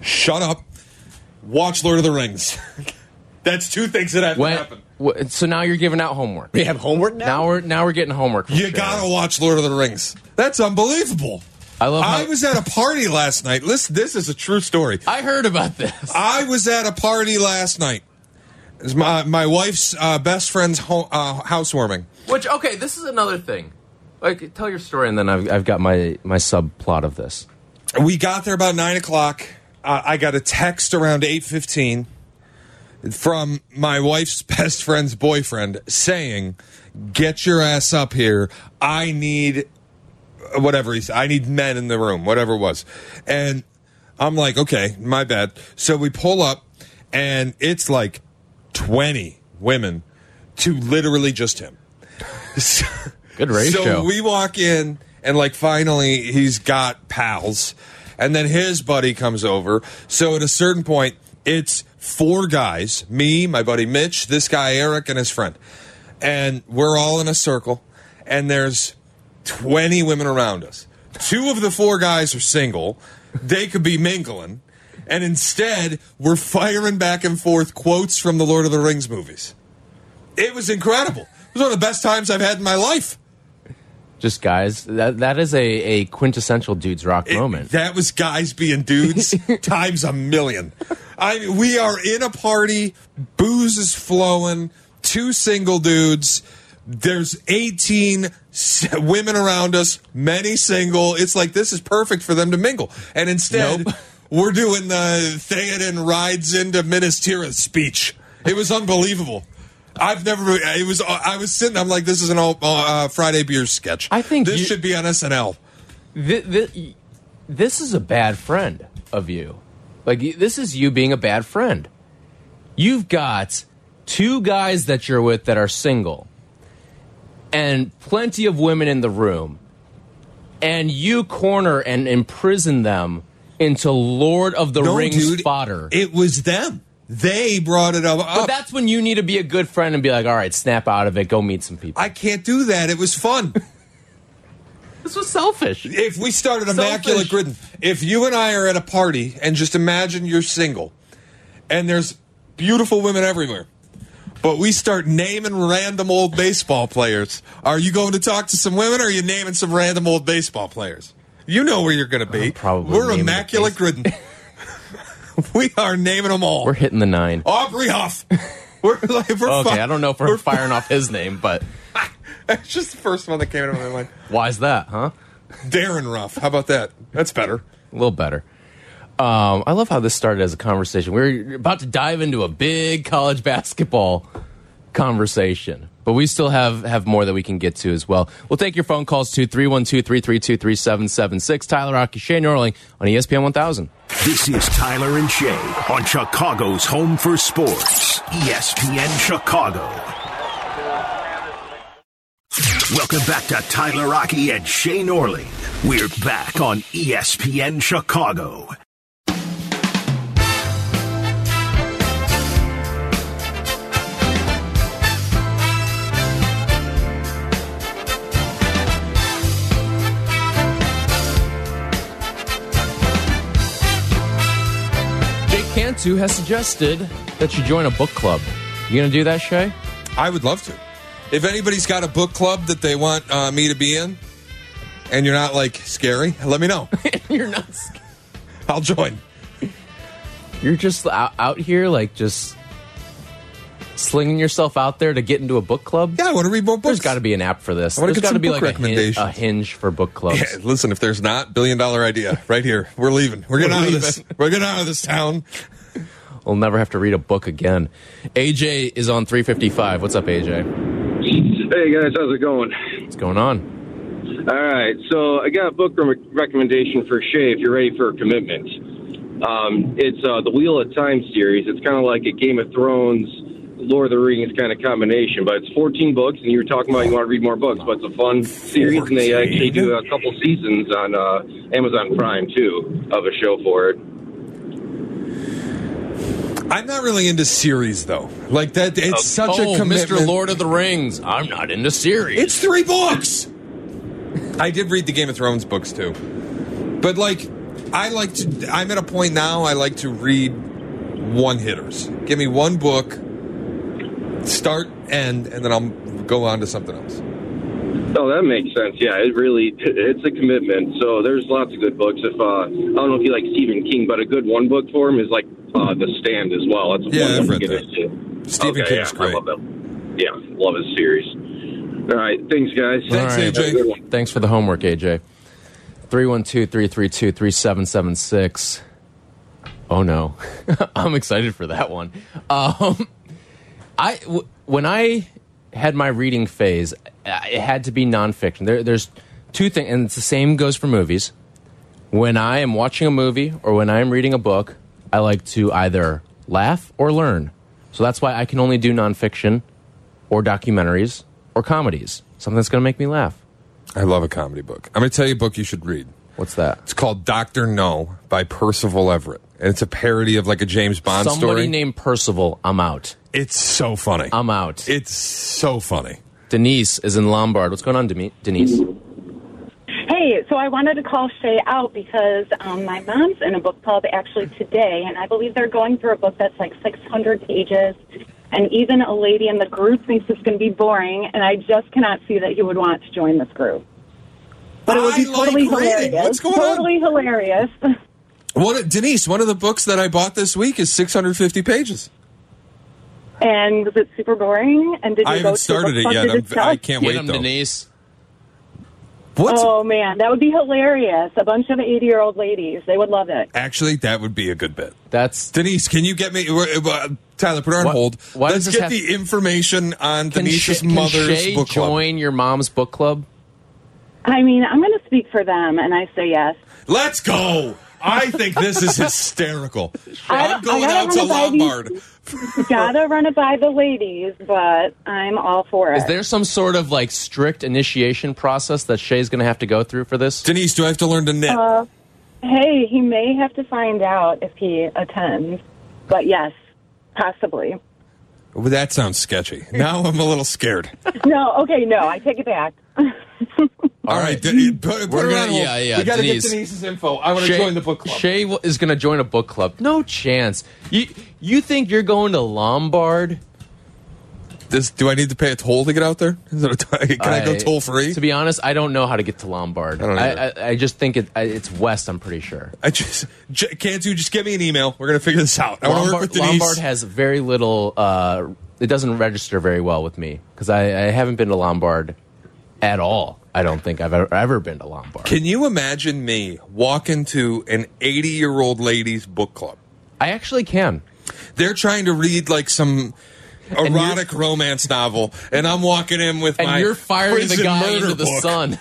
Speaker 5: Shut up. Watch Lord of the Rings. That's two things that have to
Speaker 4: when.
Speaker 5: happen.
Speaker 4: wh- So now you're giving out homework.
Speaker 3: We have homework now.
Speaker 4: Now we're now we're getting homework. from
Speaker 5: You
Speaker 4: Sharon.
Speaker 5: gotta watch Lord of the Rings. That's unbelievable.
Speaker 4: I love how-
Speaker 5: I was at a party last night. Listen, this is a true story.
Speaker 4: I heard about this.
Speaker 5: I was at a party last night. It was my my wife's uh, best friend's ho- uh, housewarming.
Speaker 4: Which okay, this is another thing. Like, tell your story, and then I've I've got my my subplot of this.
Speaker 5: We got there about nine o'clock. Uh, I got a text around eight fifteen from my wife's best friend's boyfriend saying, "Get your ass up here. I need whatever he's. I need men in the room. Whatever it was." And I'm like, "Okay, my bad." So we pull up, and it's like twenty women to literally just him. So-
Speaker 4: Good ratio.
Speaker 5: So we walk in, and like finally, he's got pals, and then his buddy comes over. So at a certain point, it's four guys: me, my buddy Mitch, this guy Eric, and his friend, and we're all in a circle, and there's twenty women around us. Two of the four guys are single; they could be mingling. And instead, we're firing back and forth quotes from the Lord of the Rings movies. It was incredible. It was one of the best times I've had in my life.
Speaker 4: Just guys, that that is a, a quintessential dudes rock
Speaker 5: It-
Speaker 4: moment.
Speaker 5: That was guys being dudes times a million. I mean, we are in a party, booze is flowing, two single dudes. There's 18 s- women around us, many single. It's like this is perfect for them to mingle. And instead,
Speaker 4: Nope.
Speaker 5: we're doing the Theoden rides into Minas Tirith speech. It was unbelievable. I've never. It was. uh, I was sitting. I'm like, this is an all uh, Friday beer sketch.
Speaker 4: I think
Speaker 5: this
Speaker 4: you-
Speaker 5: should be on SNL.
Speaker 4: Th- th- this is a bad friend of you. Like y- this is you being a bad friend. You've got two guys that you're with that are single, and plenty of women in the room, and you corner and imprison them into Lord of the Rings fodder.
Speaker 5: It was them. They brought it up. Oh,
Speaker 4: but
Speaker 5: up.
Speaker 4: that's when you need to be a good friend and be like, all right, snap out of it, go meet some people.
Speaker 5: I can't do that. It was fun.
Speaker 4: this was selfish.
Speaker 5: if we started immaculate
Speaker 4: Selfish.
Speaker 5: gridden, if you and I are at a party and just imagine you're single, and there's beautiful women everywhere, but we start naming random old baseball players. Are you going to talk to some women? or Are you naming some random old baseball players? You know where you're going to be.
Speaker 4: probably
Speaker 5: We're
Speaker 4: naming the
Speaker 5: immaculate gridden. we are naming them all.
Speaker 4: We're hitting the nine.
Speaker 5: Aubrey Huff. We're like, we're
Speaker 4: Okay,
Speaker 5: fi-
Speaker 4: I don't know if we're firing off his name, but
Speaker 5: That's just the first one that came into my mind.
Speaker 4: why is that, huh?
Speaker 5: Darren Ruff. How about that? That's better.
Speaker 4: A little better. Um, I love how this started as a conversation. We are about to dive into a big college basketball conversation, but we still have, have more that we can get to as well. We'll take your phone calls to 312 332 3776. Tyler Rocky, Shane Norling on E ESPN 1000.
Speaker 1: This is Tyler and Shay on Chicago's Home for E Sports, ESPN Chicago. Welcome back to Tyler Rocky and Shane Orling. We're back on E ESPN Chicago.
Speaker 4: Jake Cantu has suggested that you join a book club. You gonna do that, Shay?
Speaker 5: I would love to. If anybody's got a book club that they want uh, me to be in, and you're not like scary, let me know.
Speaker 4: You're not. scared.
Speaker 5: I'll join.
Speaker 4: You're just out, out here, like just slinging yourself out there to get into a book club.
Speaker 5: Yeah, I want to read more books.
Speaker 4: There's got to be an app for this.
Speaker 5: I wanna
Speaker 4: There's
Speaker 5: get
Speaker 4: got to
Speaker 5: some
Speaker 4: be
Speaker 5: book
Speaker 4: like a hinge,
Speaker 5: recommendations.
Speaker 4: a hinge for book clubs.
Speaker 5: Yeah, listen, if there's not billion dollar idea right here, we're leaving. We're getting
Speaker 4: We're
Speaker 5: out
Speaker 4: leaving.
Speaker 5: of this. We're getting out of this town.
Speaker 4: We'll never have to read a book again. AJ is on 355. What's up, AJ?
Speaker 9: Hey guys, how's it going?
Speaker 4: What's going on?
Speaker 9: All right, so I got a book re- recommendation for Shay if you're ready for a commitment. Um, it's uh, the Wheel of Time series. It's kind of like a Game of Thrones, Lord of the Rings kind of combination, but it's 14 books, and you were talking about you want to read more books, but it's a fun series, and they actually do a couple seasons on uh, Amazon Prime too of a show for it.
Speaker 5: I'm not really into series though. Like that, it's such
Speaker 4: oh,
Speaker 5: a commitment.
Speaker 4: Mr. Lord of the Rings. I'm not into series.
Speaker 5: It's three books. I did read the Game of Thrones books too, but like, I like to. I'm at a point now. I like to read one hitters. Give me one book, start end, and then I'll go on to something else.
Speaker 9: Oh, that makes sense. Yeah, it really it's a commitment. So there's lots of good books. If uh, I don't know if you like Stephen King, but a good one book for him is like uh, The Stand as well. That's
Speaker 5: Yeah,
Speaker 9: one
Speaker 5: I've
Speaker 9: book to
Speaker 5: read
Speaker 9: get
Speaker 5: that.
Speaker 9: into.
Speaker 5: Stephen
Speaker 9: okay,
Speaker 5: King's
Speaker 9: yeah,
Speaker 5: great.
Speaker 9: I love that. Yeah, love his series. All right, thanks guys.
Speaker 5: Thanks,
Speaker 4: right.
Speaker 5: AJ.
Speaker 9: Have a good one.
Speaker 4: Thanks for the homework, AJ. 312 332 3776. Oh, no. I'm excited for that one. Um, I, w- when I had my reading phase, I- it had to be nonfiction. There, there's two things, and it's the same goes for movies. When I am watching a movie or when I am reading a book, I like to either laugh or learn. So that's why I can only do nonfiction or documentaries or comedies. Something that's going to make me laugh.
Speaker 5: I love a comedy book. I'm going to tell you a book you should read.
Speaker 4: What's that?
Speaker 5: It's called Doctor No by Percival Everett, and it's a parody of like a James Bond
Speaker 4: Somebody
Speaker 5: story.
Speaker 4: named Um, Percival. I'm out.
Speaker 5: it's so funny.
Speaker 4: I'm out.
Speaker 5: it's so funny.
Speaker 4: Denise is in Lombard. What's going on, Demi- Denise?
Speaker 8: Hey, so I wanted to call Shay out because um, my mom's in a book club actually today, and I believe they're going through a book that's like 600 pages. And even a lady in the group thinks it's going to be boring, and I just cannot see that you would want to join this group. But it would be
Speaker 5: I like
Speaker 8: totally
Speaker 5: reading.
Speaker 8: hilarious.
Speaker 5: What's going on?
Speaker 8: totally hilarious.
Speaker 5: One, Denise, one of the books that I bought this week is 650 pages.
Speaker 8: And was it super boring? And did you
Speaker 5: I
Speaker 8: go
Speaker 5: haven't
Speaker 8: to
Speaker 5: started
Speaker 8: a
Speaker 5: it
Speaker 8: book
Speaker 5: yet.
Speaker 8: club to
Speaker 5: I'm, I
Speaker 8: discuss?
Speaker 5: can't
Speaker 4: Get
Speaker 5: wait
Speaker 4: him,
Speaker 5: though.
Speaker 4: Denise.
Speaker 5: What?
Speaker 8: Oh man, that would be hilarious. A bunch of 80 year old ladies. They would love it.
Speaker 5: Actually, that would be a good bit.
Speaker 4: That's
Speaker 5: Denise, can you get me uh, Tyler? Put her on
Speaker 4: Why-
Speaker 5: hold.
Speaker 4: why
Speaker 5: Let's
Speaker 4: does this
Speaker 5: get
Speaker 4: have-
Speaker 5: the information on
Speaker 4: can
Speaker 5: Denise's
Speaker 4: Shay- can
Speaker 5: mother's
Speaker 4: Shay
Speaker 5: book club.
Speaker 4: join your mom's book club?
Speaker 8: I mean, I'm going to speak for them, and I say yes.
Speaker 5: Let's go. I think this is hysterical. I'm
Speaker 8: don't- I
Speaker 5: going
Speaker 8: gotta
Speaker 5: out to
Speaker 8: run by these-
Speaker 5: Lombard.
Speaker 8: Gotta run it by the ladies, but I'm all for it.
Speaker 4: Is there some sort of like strict initiation process that Shay's going to have to go through for this?
Speaker 5: Denise, do I have to learn to knit?
Speaker 8: Uh, hey, he may have to find out if he attends, but yes, possibly.
Speaker 5: Well, that sounds sketchy. Now I'm a little scared.
Speaker 8: No, okay, no, I take it back.
Speaker 5: All right, De- put, put
Speaker 4: We're
Speaker 5: her
Speaker 4: gonna-
Speaker 5: on hold.
Speaker 4: yeah, yeah,
Speaker 5: We gotta
Speaker 4: Denise.
Speaker 5: get Denise's info. I want to
Speaker 4: Shay-
Speaker 5: join the book club.
Speaker 4: Shay w- is going to join a book club. No chance. You you think you're going to Lombard?
Speaker 5: This, do I need to pay a toll to get out there? Is it a t- can I, go toll free?
Speaker 4: To be honest, I don't know how to get to Lombard.
Speaker 5: I don't
Speaker 4: I,
Speaker 5: either.
Speaker 4: I, I just think it, I, it's west. I'm pretty sure.
Speaker 5: I just j- can't you just give me an email. We're gonna figure this out. I want to work with
Speaker 4: Lombard,
Speaker 5: Denise.
Speaker 4: Lombard has very little. Uh, it doesn't register very well with me because I, I haven't been to Lombard at all. I don't think I've ever, ever been to Lombard.
Speaker 5: Can you imagine me walking to an 80 year old lady's book club?
Speaker 4: I actually can.
Speaker 5: They're trying to read like some
Speaker 4: you're-
Speaker 5: erotic romance novel, and I'm walking in with
Speaker 4: And
Speaker 5: my
Speaker 4: you're firing the
Speaker 5: prison
Speaker 4: guy
Speaker 5: murder
Speaker 4: into the
Speaker 5: book.
Speaker 4: sun.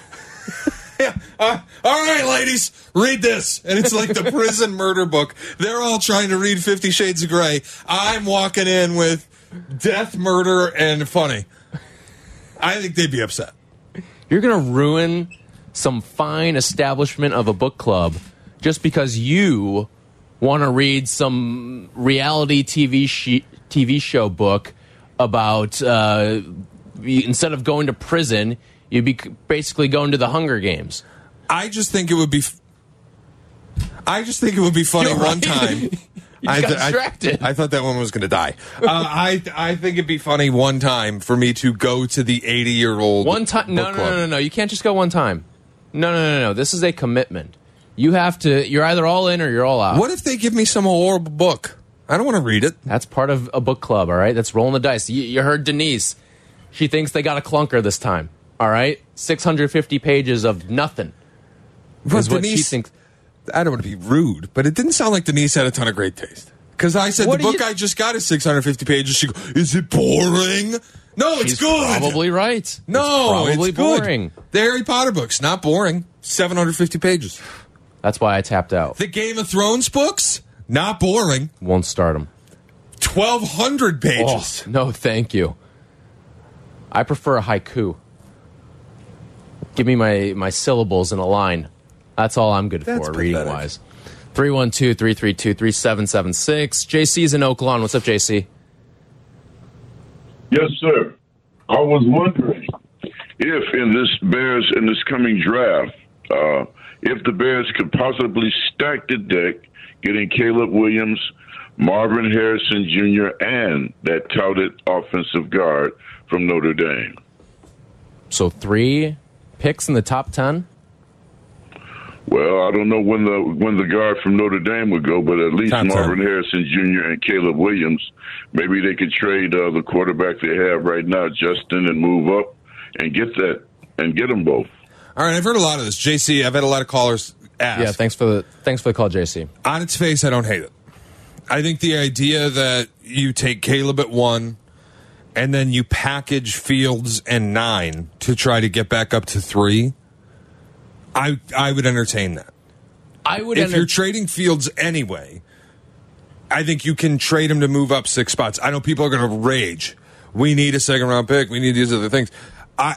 Speaker 5: Yeah. Uh, all right, ladies, read this. And it's like the prison murder book. They're all trying to read Fifty Shades of Grey. I'm walking in with death, murder, and funny. I think they'd be upset.
Speaker 4: You're going to ruin some fine establishment of a book club just because you want to read some reality TV she- TV show book about uh, you- instead of going to prison, you'd be c- basically going to the Hunger Games.
Speaker 5: I just think it would be. F- I just think it would be funny
Speaker 4: You're
Speaker 5: one
Speaker 4: right.
Speaker 5: time. I,
Speaker 4: got
Speaker 5: th- I-
Speaker 4: distracted.
Speaker 5: I, thought that one was going to die. Uh, I I think it'd be funny one time for me to go to the eighty year old
Speaker 4: One time? No, no, no, no, no. You can't just go one time. No, no, no, no. This is a commitment. You have to. You're either all in or you're all out.
Speaker 5: What if they give me some horrible book? I don't want to read it.
Speaker 4: That's part of a book club, all right? That's rolling the dice. You, you heard Denise. She thinks they got a clunker this time, all right? 650 pages of nothing
Speaker 5: But
Speaker 4: is what she
Speaker 5: Denise-
Speaker 4: thinks.
Speaker 5: I don't want to be rude, but it didn't sound like Denise had a ton of great taste. Because I said
Speaker 4: What
Speaker 5: the
Speaker 4: do
Speaker 5: book
Speaker 4: you-
Speaker 5: I just got is 650 pages. She go, is it boring? No, it's
Speaker 4: She's
Speaker 5: good.
Speaker 4: probably right.
Speaker 5: no,
Speaker 4: it's probably
Speaker 5: it's good.
Speaker 4: boring.
Speaker 5: The Harry Potter books not boring. 750 pages.
Speaker 4: That's why I tapped out.
Speaker 5: The Game of Thrones books not boring.
Speaker 4: Won't start them.
Speaker 5: 1200 pages.
Speaker 4: no, thank you. I prefer a haiku. Give me my, my syllables in a line. That's all I'm good
Speaker 5: That's
Speaker 4: for, reading
Speaker 5: pathetic.
Speaker 4: wise. 312 332 3776. JC's in Oak Lawn. What's up, JC?
Speaker 10: Yes, sir. I was wondering if in this Bears in this coming draft, uh, if the Bears could possibly stack the deck, getting Caleb Williams, Marvin Harrison Jr., and that touted offensive guard from Notre Dame.
Speaker 4: So three picks in the top ten.
Speaker 10: Well, I don't know when the when the guard from Notre Dame would go, but at least
Speaker 5: Top ten.
Speaker 10: Marvin Harrison Jr. and Caleb Williams, maybe they could trade uh, the quarterback they have right now, Justin, and move up and get that and get them both.
Speaker 4: Oh.
Speaker 5: All right, I've heard a lot of this. JC, I've had a lot of callers ask.
Speaker 4: Yeah, thanks for the thanks for the call, JC.
Speaker 5: on its face, I don't hate it. I think the idea that you take Caleb at one and then you package Fields and nine to try to get back up to three, I I would entertain that.
Speaker 4: I would
Speaker 5: If you're trading Fields anyway, I think you can trade him to move up six spots. I know people are going to rage. We need a second round pick. We need these other things. I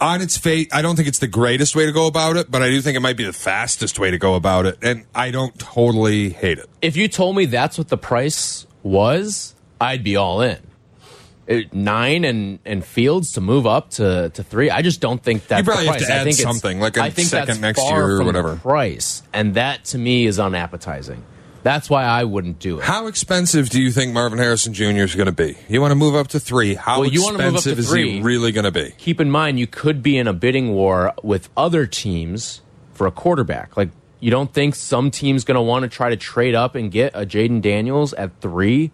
Speaker 5: on its fate, I don't think it's the greatest way to go about it, but I do think it might be the fastest way to go about it, and I don't totally hate it.
Speaker 4: if you told me that's what the price was, I'd be all in. It- nine and and Fields to move up to to three. I just don't think that's
Speaker 5: You probably
Speaker 4: the
Speaker 5: have
Speaker 4: price.
Speaker 5: to
Speaker 4: I
Speaker 5: add
Speaker 4: think it's-
Speaker 5: something, like a
Speaker 4: I think
Speaker 5: second
Speaker 4: that's
Speaker 5: next
Speaker 4: far
Speaker 5: year or
Speaker 4: from the
Speaker 5: whatever.
Speaker 4: price, and that to me is unappetizing. That's why I wouldn't do it.
Speaker 5: How expensive do you think Marvin Harrison Jr. is going to be? You want to move up to three? How
Speaker 4: Well, you wanna move up to
Speaker 5: expensive is he
Speaker 4: three.
Speaker 5: really going to be?
Speaker 4: keep in mind you could be in a bidding war with other teams for a quarterback. Like you don't think some team's going to want to try to trade up and get a Jaden Daniels at 3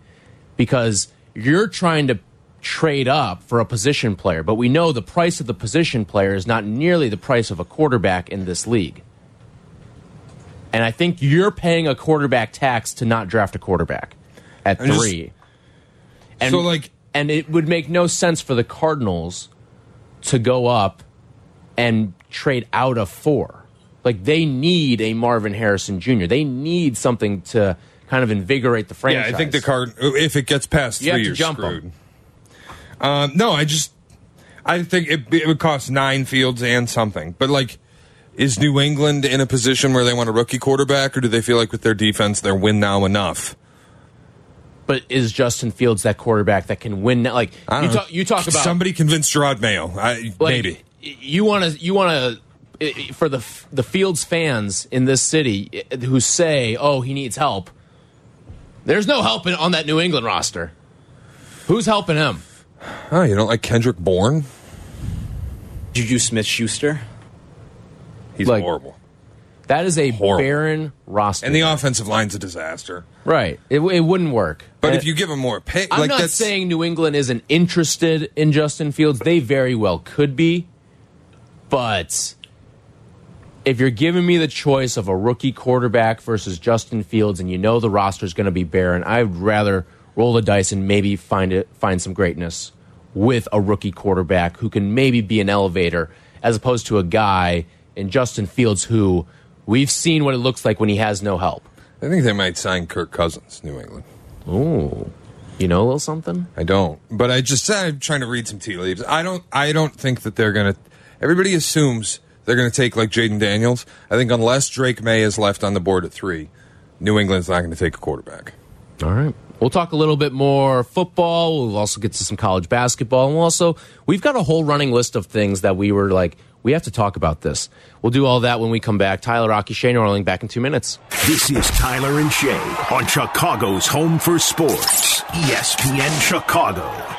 Speaker 4: because you're trying to trade up for a position player, but we know the price of the position player is not nearly the price of a quarterback in this league. And I think you're paying a quarterback tax to not draft a quarterback at
Speaker 5: I'm just-
Speaker 4: 3. and
Speaker 5: so, like,
Speaker 4: and it would make no sense for the Cardinals to go up and trade out of four. Like they need a Marvin Harrison Jr. They need something to kind of invigorate the
Speaker 5: yeah,
Speaker 4: franchise.
Speaker 5: I think the card. uh, If it gets past
Speaker 4: You have
Speaker 5: three,
Speaker 4: to
Speaker 5: you're
Speaker 4: jump 'em.
Speaker 5: screwed. Um, no, I just, I think it, it would cost nine fields and something. But like, is New England in a position where they want a rookie quarterback, or do they feel like with their defense, they're win now enough?
Speaker 4: But is Justin Fields that quarterback that can win? Now? Like
Speaker 5: I
Speaker 4: you
Speaker 5: don't know.
Speaker 4: talk, you talk about
Speaker 5: somebody convinced Gerard Mayo. I,
Speaker 4: like,
Speaker 5: maybe
Speaker 4: y- you want to you want to for the f- the Fields fans in this city eh, who say, "Oh, he needs help." There's no help in- on that New England roster. Who's helping him?
Speaker 5: Oh, you don't like Kendrick Bourne?
Speaker 3: Juju Smith Schuster.
Speaker 5: He's
Speaker 4: Like-
Speaker 5: horrible,
Speaker 4: That is a
Speaker 5: Horrible.
Speaker 4: barren roster.
Speaker 5: and the offensive line's a disaster.
Speaker 4: right, it, it wouldn't work.
Speaker 5: But
Speaker 4: And
Speaker 5: if you give him more pay,
Speaker 4: Eh, I'm
Speaker 5: like
Speaker 4: not
Speaker 5: that's,
Speaker 4: saying New England isn't interested in Justin Fields. They very well could be, but if you're giving me the choice of a rookie quarterback versus Justin Fields, and you know the roster is going to be barren, I'd rather roll the dice and maybe find it find some greatness with a rookie quarterback who can maybe be an elevator, as opposed to a guy in Justin Fields who we've seen what it looks like when he has no help.
Speaker 5: I think they might sign Kirk Cousins, New England.
Speaker 4: Ooh, you know a little something.
Speaker 5: I don't, but I just I'm trying to read some tea leaves. I don't. I don't think that they're gonna. Everybody assumes they're going to take like Jaden Daniels. I think unless Drake May is left on the board at three, New England's not going to take a quarterback.
Speaker 4: All right. We'll talk a little bit more football. We'll also get to some college basketball. And we'll also, we've got a whole running list of things that we were like, we have to talk about this. We'll do all that when we come back. Tyler Rocky, Shane Orling, back in two minutes.
Speaker 1: This is E Tyler and Shay on Chicago's Home for Sports, ESPN Chicago.